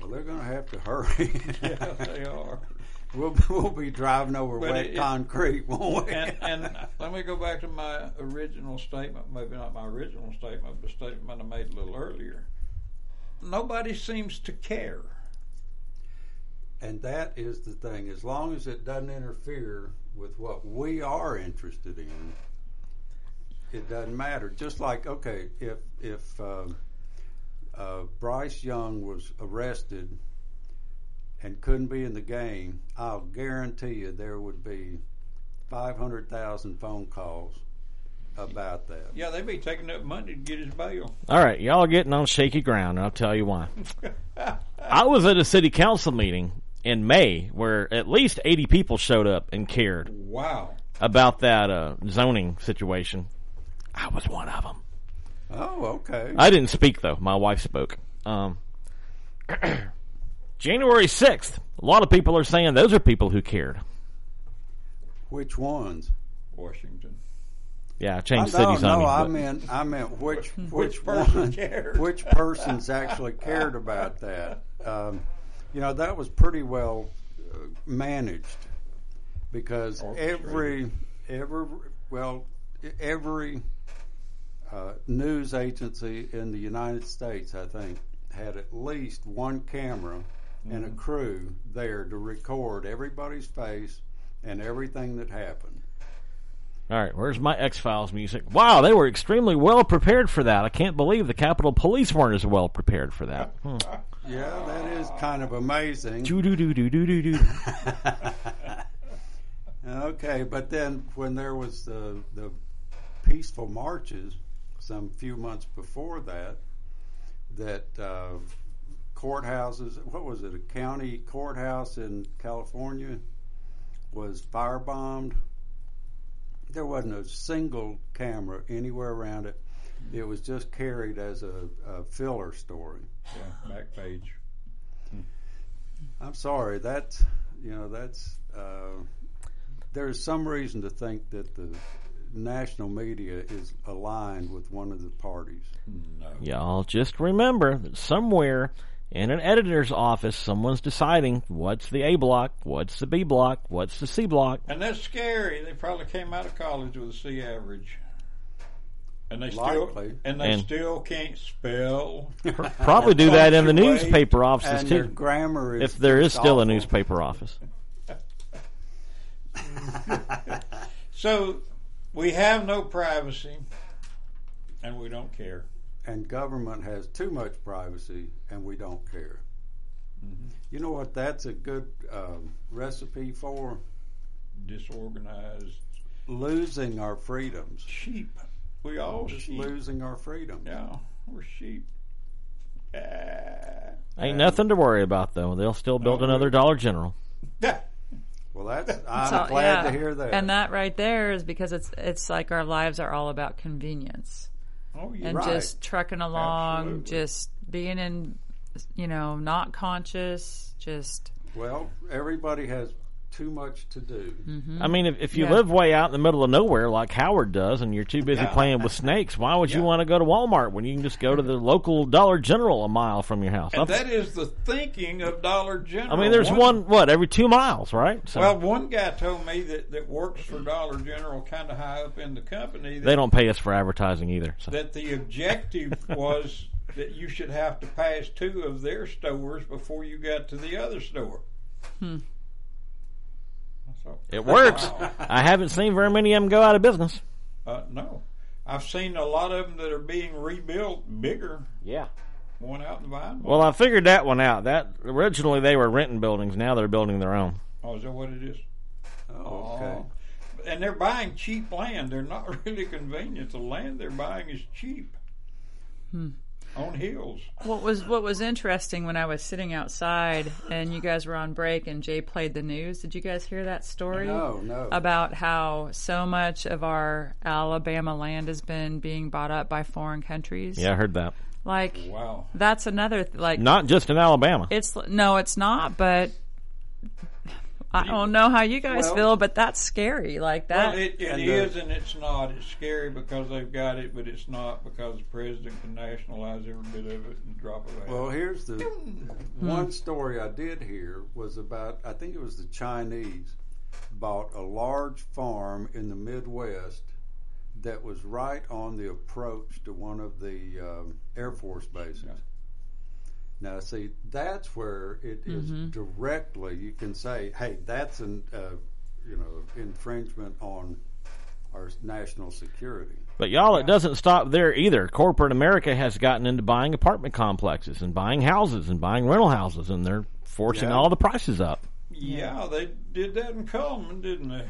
S1: Well, they're going to have to hurry.
S3: Yeah, they are.
S1: We'll, we'll be driving over
S3: But
S1: wet
S3: it-
S1: concrete, won't we?
S3: And, and let me go back to my original statement. Maybe not my original statement, but a statement I made a little earlier. Nobody seems to care.
S1: And that is the thing. As long as it doesn't interfere with what we are interested in, it doesn't matter. Just like okay, if if um, uh, Bryce Young was arrested and couldn't be in the game, I'll guarantee you there would be 500,000 phone calls about that.
S3: Yeah, they'd be taking up money to get his bail.
S4: All right, y'all are getting on shaky ground, and I'll tell you why. I was at a city council meeting in May where at least 80 people showed up and cared
S3: Wow.
S4: about that uh, zoning situation. I was one of them.
S1: Oh, okay.
S4: I didn't speak though. My wife spoke. Um, January sixth. A lot of people are saying those are people who cared.
S1: Which ones?
S3: Washington.
S4: Yeah, I changed
S1: I don't
S4: cities
S1: know.
S4: on me.
S1: I
S4: but-
S1: meant I meant which which,
S3: person
S1: one,
S3: cared?
S1: which persons actually cared about that. Um, you know that was pretty well uh, managed because every every well every uh, news agency in the United States I think had at least one camera and a crew there to record everybody's face and everything that happened.
S4: All right, where's my X Files music? Wow, they were extremely well prepared for that. I can't believe the Capitol Police weren't as well prepared for that. Hmm.
S1: Yeah, that is kind of amazing.
S4: Do do do do do do do.
S1: Okay, but then when there was the the peaceful marches some few months before that, that uh, courthouses, what was it, a county courthouse in California was firebombed. There wasn't a single camera anywhere around it. It was just carried as a, a filler story.
S3: Yeah, back page.
S1: I'm sorry. That's you know that's uh, there is some reason to think that the national media is aligned with one of the parties.
S4: Y'all just remember that somewhere in an editor's office, someone's deciding what's the A block, what's the B block, what's the C block.
S3: And that's scary. They probably came out of college with a C average. And they still
S1: Likely.
S3: and they
S4: And-
S3: still can't spell.
S4: Probably do that in the
S1: Punctuate
S4: newspaper offices
S1: and their
S4: too,
S1: grammar is
S4: if there is
S1: just
S4: still a
S1: awful.
S4: newspaper office.
S3: So we have no privacy, and we don't care.
S1: and government has too much privacy and we don't care.
S4: Mm-hmm.
S1: You know what? That's a good um, recipe for
S3: Disorganized,
S1: losing our freedoms.
S3: sheep. We all
S1: Just
S3: sheep.
S1: losing our freedoms.
S3: Yeah, we're sheep. Ah.
S4: Ain't nothing to worry about though. They'll still build another Dollar General.
S1: Well, that's I'm
S11: So,
S1: glad to
S11: yeah.
S1: hear that.
S11: And that right there is because it's it's like our lives are all about convenience
S3: Oh yeah.
S11: and
S1: Right.
S11: just trucking along,
S3: Absolutely.
S11: just being in, you know, not conscious, just
S1: well, everybody has too much to do.
S4: I mean, if, if you
S11: Yeah.
S4: live way out in the middle of nowhere like Howard does, and you're too busy playing with snakes, why would you want to go to Walmart when you can just go to the local Dollar General a mile from your house?
S3: And
S4: I-
S3: that is the thinking of Dollar General.
S4: I mean, there's one what every two miles, right? So
S3: Well, one guy told me that, that works for Dollar General, kind of high up in the company, that,
S4: they don't pay us for advertising either. So.
S3: that the objective was that you should have to pass two of their stores before you got to the other store.
S1: Hmm.
S3: I thought,
S4: It works.
S3: Wow.
S4: I haven't seen very many of them go out of business.
S3: Uh, no, I've seen a lot of them that are being rebuilt bigger.
S4: Yeah.
S3: One out in Vinewood.
S4: Well, I figured that one out. That originally they were renting buildings, now they're building their own.
S3: oh, is that what it is?
S1: Oh, okay.
S3: Oh. And they're buying cheap land. They're not really convenient. The land they're buying is cheap.
S1: Hmm.
S3: On hills.
S11: What was what was interesting when I was sitting outside and you guys were on break and Jay played the news. Did you guys hear that story?
S1: No, no.
S11: About how so much of our Alabama land has been being bought up by foreign countries.
S4: Yeah, I heard that.
S11: Like
S3: Wow.
S11: that's another th- like
S4: Not just in Alabama.
S11: it's no, it's not, but I don't know how you guys
S1: Well-
S11: feel, but that's scary. Like that
S3: Well, it, it
S1: and, uh,
S3: is and it's not. It's scary because they've got it, but it's not because the president can nationalize every bit of it and drop it out.
S1: Well, here's the one story I did hear was about I think it was the Chinese bought a large farm in the Midwest that was right on the approach to one of the um, Air Force bases. Now, see, that's where it is directly. You can say, "Hey, that's an uh, you know infringement on our national security.
S4: But y'all, it doesn't stop there either. Corporate America has gotten into buying apartment complexes and buying houses and buying rental houses, and they're forcing
S3: Yeah.
S4: all the prices up.
S3: Yeah, they did that in Coleman, didn't they?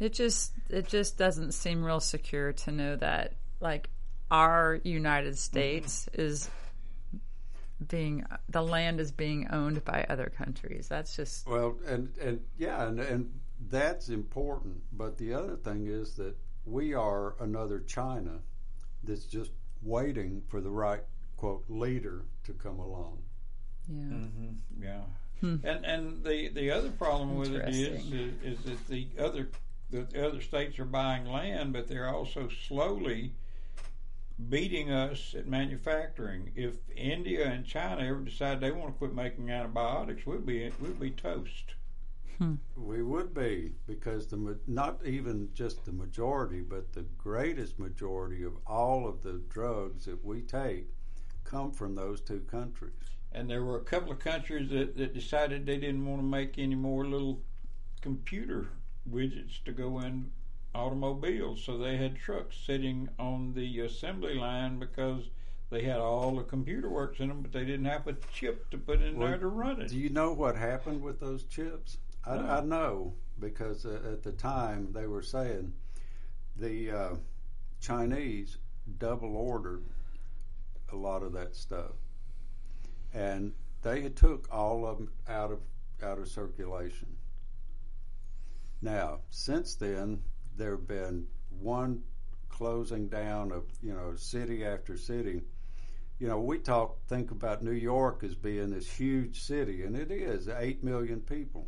S11: It just it just doesn't seem real secure to know that like our
S3: Mm-hmm.
S11: United States is being the land is being owned by other countries. That's just
S1: Well, and and yeah, and and that's important. But the other thing is that we are another China that's just waiting for the right quote leader to come along.
S11: yeah.
S3: Mm-hmm. Yeah.
S1: Hmm.
S3: And and the, the other problem with it is, uh, is
S11: Interesting.
S3: is that the other the other states are buying land, but they're also slowly beating us at manufacturing. If India and China ever decide they want to quit making antibiotics, we'll be we'll be toast.
S1: We would be because the ma- not even just the majority, but the greatest majority of all of the drugs that we take come from those two countries.
S3: And there were a couple of countries that, that decided they didn't want to make any more little computer widgets to go in automobiles, so they had trucks sitting on the assembly line because they had all the computer works in them, but they didn't have a chip to put in there to run it.
S1: Do you know what happened with those chips? I,
S3: No.
S1: I know because uh, at the time they were saying the uh, Chinese double ordered a lot of that stuff, and they had took all of them out of out of circulation. Now, since then, there have been one closing down of you know city after city. You know, we talk think about New York as being this huge city, and it is eight million people.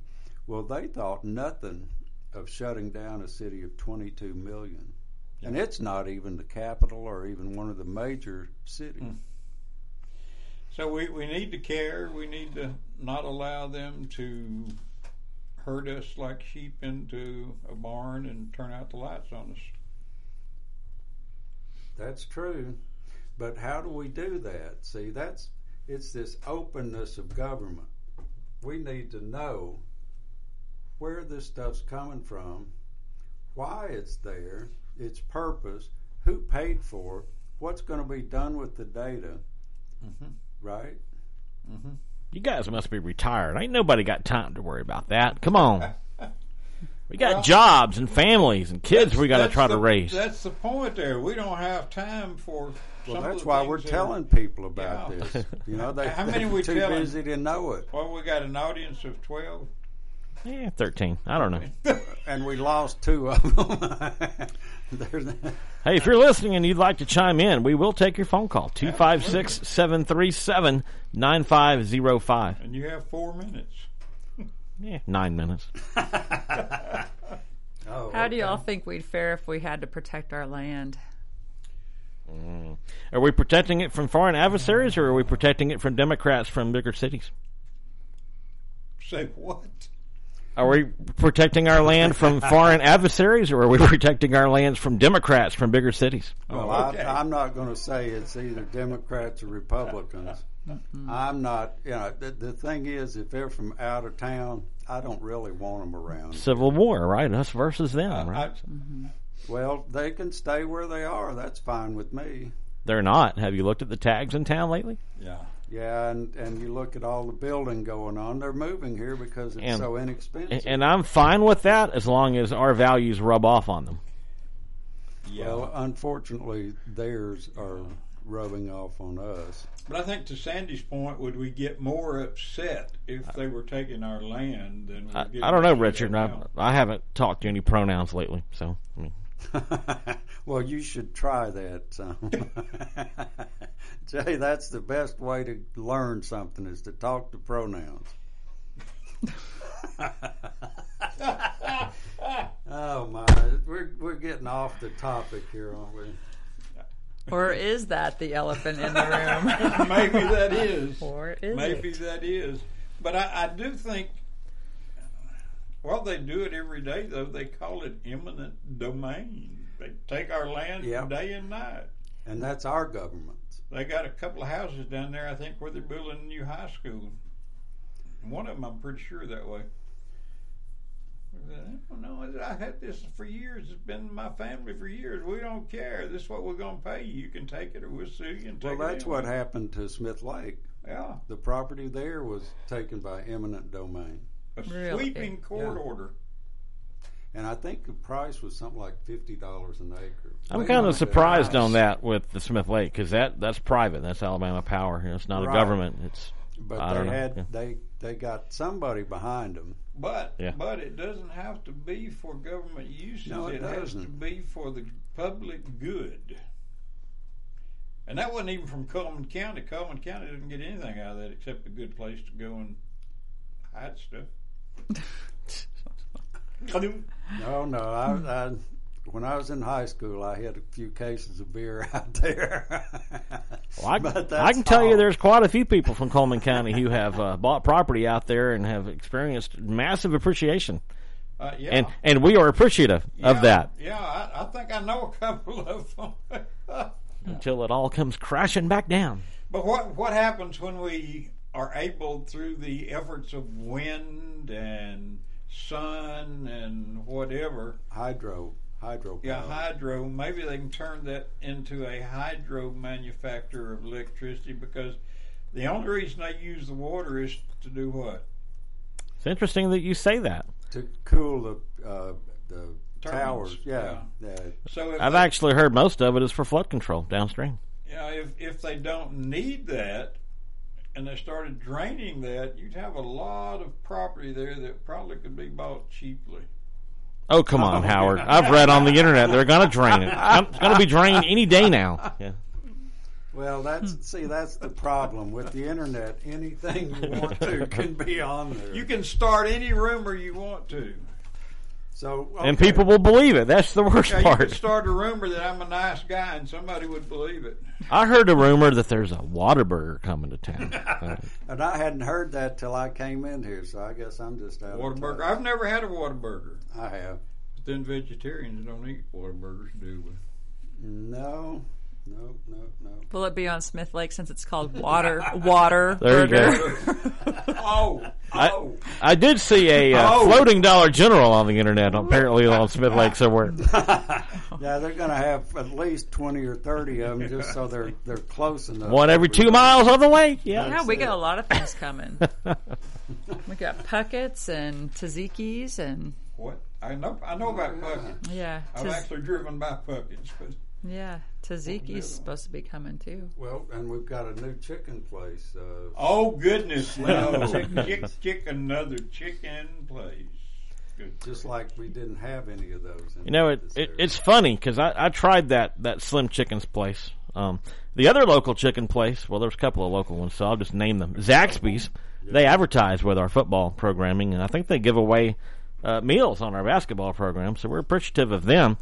S1: Well, they thought nothing of shutting down a city of twenty-two million, and it's not even the capital or even one of the major cities.
S3: So we, we need to care. We need to not allow them to herd us like sheep into a barn and turn out the lights on us.
S1: That's true. But how do we do that? See, that's it's this openness of government. We need to know where this stuff's coming from, why it's there, its purpose, who paid for it, what's going to be done with the data, right?
S4: You guys must be retired. Ain't nobody got time to worry about that. Come on. We got jobs and families and kids we got to
S3: That's
S4: try to
S3: the-
S4: raise.
S3: That's the point there. We don't have time for. some
S1: Well,
S3: of
S1: that's
S3: the
S1: why we're
S3: things that-
S1: telling people about
S3: Yeah.
S1: this. You know, they,
S3: How many
S1: they're
S3: we
S1: too
S3: telling?
S1: busy to know it.
S3: Well, we got an audience of twelve.
S4: Yeah, 13. Eh, I don't know.
S1: And we lost two of them. There's-
S4: Hey, if you're listening and you'd like to chime in, we will take your phone call 256 737 9505.
S3: And you have four minutes.
S4: Yeah, Eh, nine minutes.
S1: oh,
S11: How do y'all think we'd fare if we had to protect our land?
S4: Are we protecting it from foreign adversaries or are we protecting it from Democrats from bigger cities?
S3: Say what?
S4: Are we protecting our land from foreign adversaries or are we protecting our lands from Democrats from bigger cities?
S1: Well, I, I'm not going to say it's either Democrats or Republicans. I'm not, you know, the, the thing is, if they're from out of town, I don't really want them around.
S4: Civil war, right? Us versus them, right?
S3: Uh, I,
S1: Well, they can stay where they are. That's fine with me.
S4: They're not. Have you looked at the tags in town lately?
S3: yeah.
S1: Yeah, and, and you look at all the building going on. They're moving here because it's
S4: And-
S1: so
S4: A-
S1: inexpensive.
S4: And I'm fine with that as long as our values rub off on them.
S1: well, unfortunately, theirs are rubbing off on us.
S3: But I think to Sandy's point, would we get more upset if they were taking our land than we
S4: I,
S3: get
S4: I don't know,
S3: upset
S4: Richard. I,
S3: now?
S4: I haven't talked to any pronouns lately, so I mean,
S1: well, you should try that. Tom. Jay, that's the best way to learn something is to talk to pronouns. oh my, we're we're getting off the topic here, aren't we?
S11: Or is that the elephant in the room?
S3: Maybe that is.
S11: or is
S3: Maybe
S11: it?
S3: that is. But I, I do think, well, they do it every day, though. They call it eminent domain. They take our land
S1: Yep.
S3: day and night.
S1: And that's our government.
S3: They got a couple of houses down there, I think, where they're building a new high school. One of them, I'm pretty sure that way. I don't know. I had this for years. It's been in my family for years. We don't care. This is what we're going to pay you. You can take it or we'll sue you and
S1: Well,
S3: take it.
S1: that's
S3: anyway.
S1: what happened to Smith Lake.
S3: Yeah.
S1: The property there was taken by eminent domain.
S3: A sweeping court
S1: Yeah.
S3: order.
S1: And I think the price was something like fifty dollars an acre.
S4: I'm
S1: But-
S4: kind of surprised on that with the Smith Lake because that that's private. That's Alabama Power. You know, it's not
S1: Right.
S4: a government. It's
S1: But
S4: I
S1: they
S4: don't know.
S1: had
S4: Yeah.
S1: they they got somebody behind them.
S3: But
S4: Yeah.
S3: but it doesn't have to be for government uses.
S1: No, it
S3: has to
S1: doesn't.
S3: be for the public good. And that wasn't even from Coleman County. Coleman County didn't get anything out of that except a good place to go and hide stuff. Kadoom.
S1: No, no. I, I when I was in high school, I had a few cases of beer out there.
S4: Well, I,
S1: But
S4: can-
S1: that's
S4: I can tell you
S1: all.
S4: there's quite a few people from Coleman County who have uh, bought property out there and have experienced massive appreciation.
S3: Uh, yeah.
S4: And and we are appreciative
S3: Yeah,
S4: of that
S3: Yeah, I, I think I know a couple of them.
S4: until it all comes crashing back down.
S3: But what what happens when we are able through the efforts of wind and sun and whatever,
S1: hydro, hydro.
S3: yeah,
S1: power.
S3: hydro, maybe they can turn that into a hydro manufacturer of electricity because the only reason they use the water is to do what?
S4: It's interesting that you say that.
S1: to cool the uh, the
S3: Turbines,
S1: towers. Yeah, yeah.
S3: So if
S4: I've
S3: they-
S4: actually heard most of it is for flood control downstream.
S3: you know, if if they don't need that and they started draining that, you'd have a lot of property there that probably could be bought cheaply.
S4: Oh come on, Howard! I've read on the internet they're going to drain it. It's going to be drained any day now. Yeah.
S1: Well, that's see, that's the problem with the internet. Anything you want to can be on there.
S3: You can start any rumor you want to.
S1: so
S4: And
S1: okay.
S4: people will believe it. That's the worst
S3: Yeah, you
S4: part.
S3: could start a rumor that I'm a nice guy and somebody would believe it.
S4: I heard a rumor that there's a Whataburger coming to town. Uh,
S1: And I hadn't heard that till I came in here, so I guess I'm just out. of
S3: Whataburger.
S1: touch.
S3: I've never had a Whataburger.
S1: I have
S3: But then vegetarians don't eat Whataburgers, do we?
S1: no, no, no, no.
S11: Will it be on Smith Lake since it's called Water Water
S4: There you go.
S11: Burger?
S3: Oh, oh.
S4: I did see a uh,
S3: Oh.
S4: floating Dollar General on the internet, apparently on Smith Lake somewhere.
S1: Yeah, they're going to have at least twenty or thirty of them, just so they're they're close enough.
S4: One every two miles on the way. Yeah.
S11: Yeah, we got a lot of things coming. we got puckets and tzatziki's and
S3: What? I know I know about puckets.
S11: yeah,
S3: I've
S11: tz-
S3: actually driven by puckets, but
S11: yeah, tzatziki's supposed to be coming too.
S1: Well, and we've got a new chicken place. Uh,
S3: Oh goodness no. chick,
S1: Chicken.
S3: chick, chick another chicken place. Good.
S1: just like we didn't have any of those. In
S4: You know, it,
S1: this
S4: it
S1: area.
S4: it's funny because I, I tried that that Slim Chicken's place. Um, the other local chicken place, well, there's a couple of local ones, so I'll just name them. Zaxby's. They advertise with our football programming, and I think they give away uh, meals on our basketball program, so we're appreciative of them.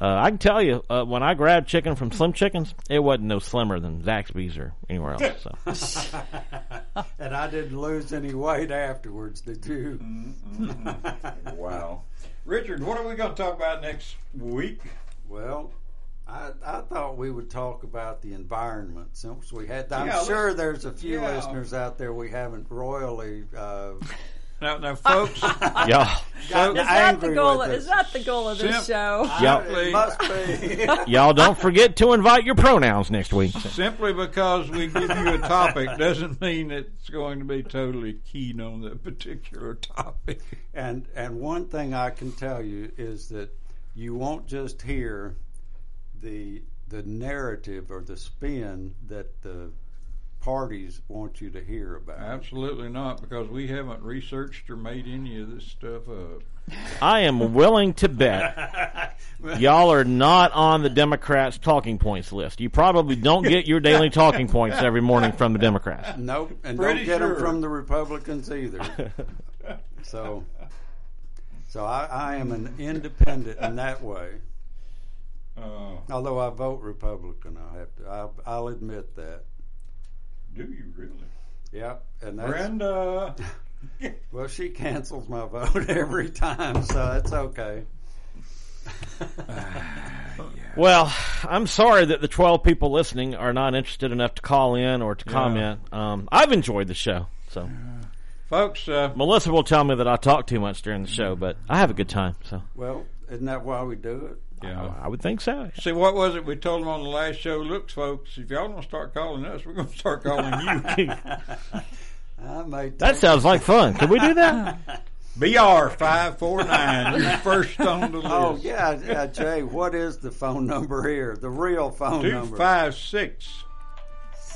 S4: Uh, I can tell you, uh, when I grabbed chicken from Slim Chickens, it wasn't no slimmer than Zaxby's or anywhere else. So.
S1: and I didn't lose any weight afterwards. Did you?
S4: Mm-hmm.
S3: Wow. Richard, what are we gonna talk about next week?
S1: Well, I, I thought we would talk about the environment since we had. I'm
S3: Yeah, let's-
S1: sure there's a few
S3: yeah.
S1: listeners out there we haven't royally uh,
S3: Now now folks
S4: yeah.
S1: gotten
S11: Is that
S1: angry
S11: the goal?
S1: with.
S11: Is that the goal of this
S3: Simp.
S11: show?
S4: Yep.
S1: It must be.
S4: Y'all don't forget to invite your pronouns next week.
S3: Simply because we give you a topic doesn't mean it's going to be totally keen on that particular topic.
S1: And and one thing I can tell you is that you won't just hear the the narrative or the spin that the parties want you to hear about.
S3: Absolutely not, because we haven't researched or made any of this stuff up.
S4: I am willing to bet y'all are not on the Democrats' talking points list. You probably don't get your daily talking points every morning from the Democrats.
S1: Nope, and
S3: Pretty
S1: don't get
S3: sure.
S1: them from the Republicans either. so, so I, I am an independent in that way.
S3: Uh,
S1: Although I vote Republican, I have to. I, I'll admit that.
S3: do you really,
S1: Yep, and that's
S3: Brenda?
S1: well, she cancels my vote every time, so it's okay.
S4: Well, I'm sorry that the 12 people listening are not interested enough to call in or to comment. Um, I've enjoyed the show, so
S3: folks. Uh,
S4: Melissa will tell me that I talk too much during the show, but I have a good time. So
S1: Well, isn't that why we do it?
S4: yeah, I would think so.
S3: See, what was it we told them on the last show? Look, folks, if y'all don't start calling us, we're going to start calling you.
S1: I may
S4: That sounds like fun. Can we do that?
S3: BR five four nine. You're first on the
S1: Oh
S3: list.
S1: yeah, yeah, Jay. What is the phone number here? The real phone
S3: Two
S1: number.
S3: five six.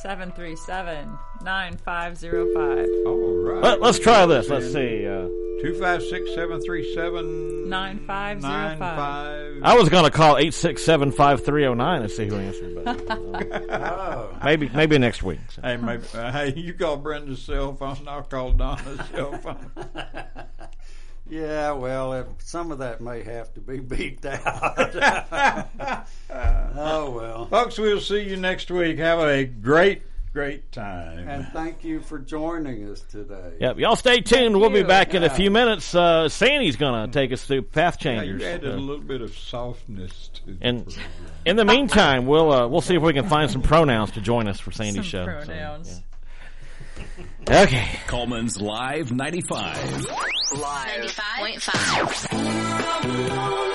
S11: 737 9505.
S3: All right.
S4: Let, us try this. Let's see. Uh,
S3: Two five six seven three seven
S11: 9505.
S3: nine five.
S4: I was gonna call eight six seven five three zero nine and see who answered, but
S1: Oh,
S4: maybe maybe next week. So.
S3: Hey, maybe, uh, hey, you call Brenda's cell phone, and I'll call Donna's cell phone.
S1: yeah. Well, if, some of that may have to be beeped out. oh well.
S3: Folks, we'll see you next week. Have a great, great time.
S1: And thank you for joining us today.
S4: Yep, y'all stay tuned. We'll be
S11: you.
S4: back in a few minutes. Uh, Sandy's gonna take us through Path
S3: Yeah, you
S4: Changers.
S3: added a
S4: Uh,
S3: little bit of softness to
S4: and in the meantime, we'll uh, we'll see if we can find some pronouns to join us for Sandy's
S11: Some
S4: show. so,
S11: pronouns.
S4: yeah. Okay.
S2: Coleman's Live 95.
S12: Live. 95.5.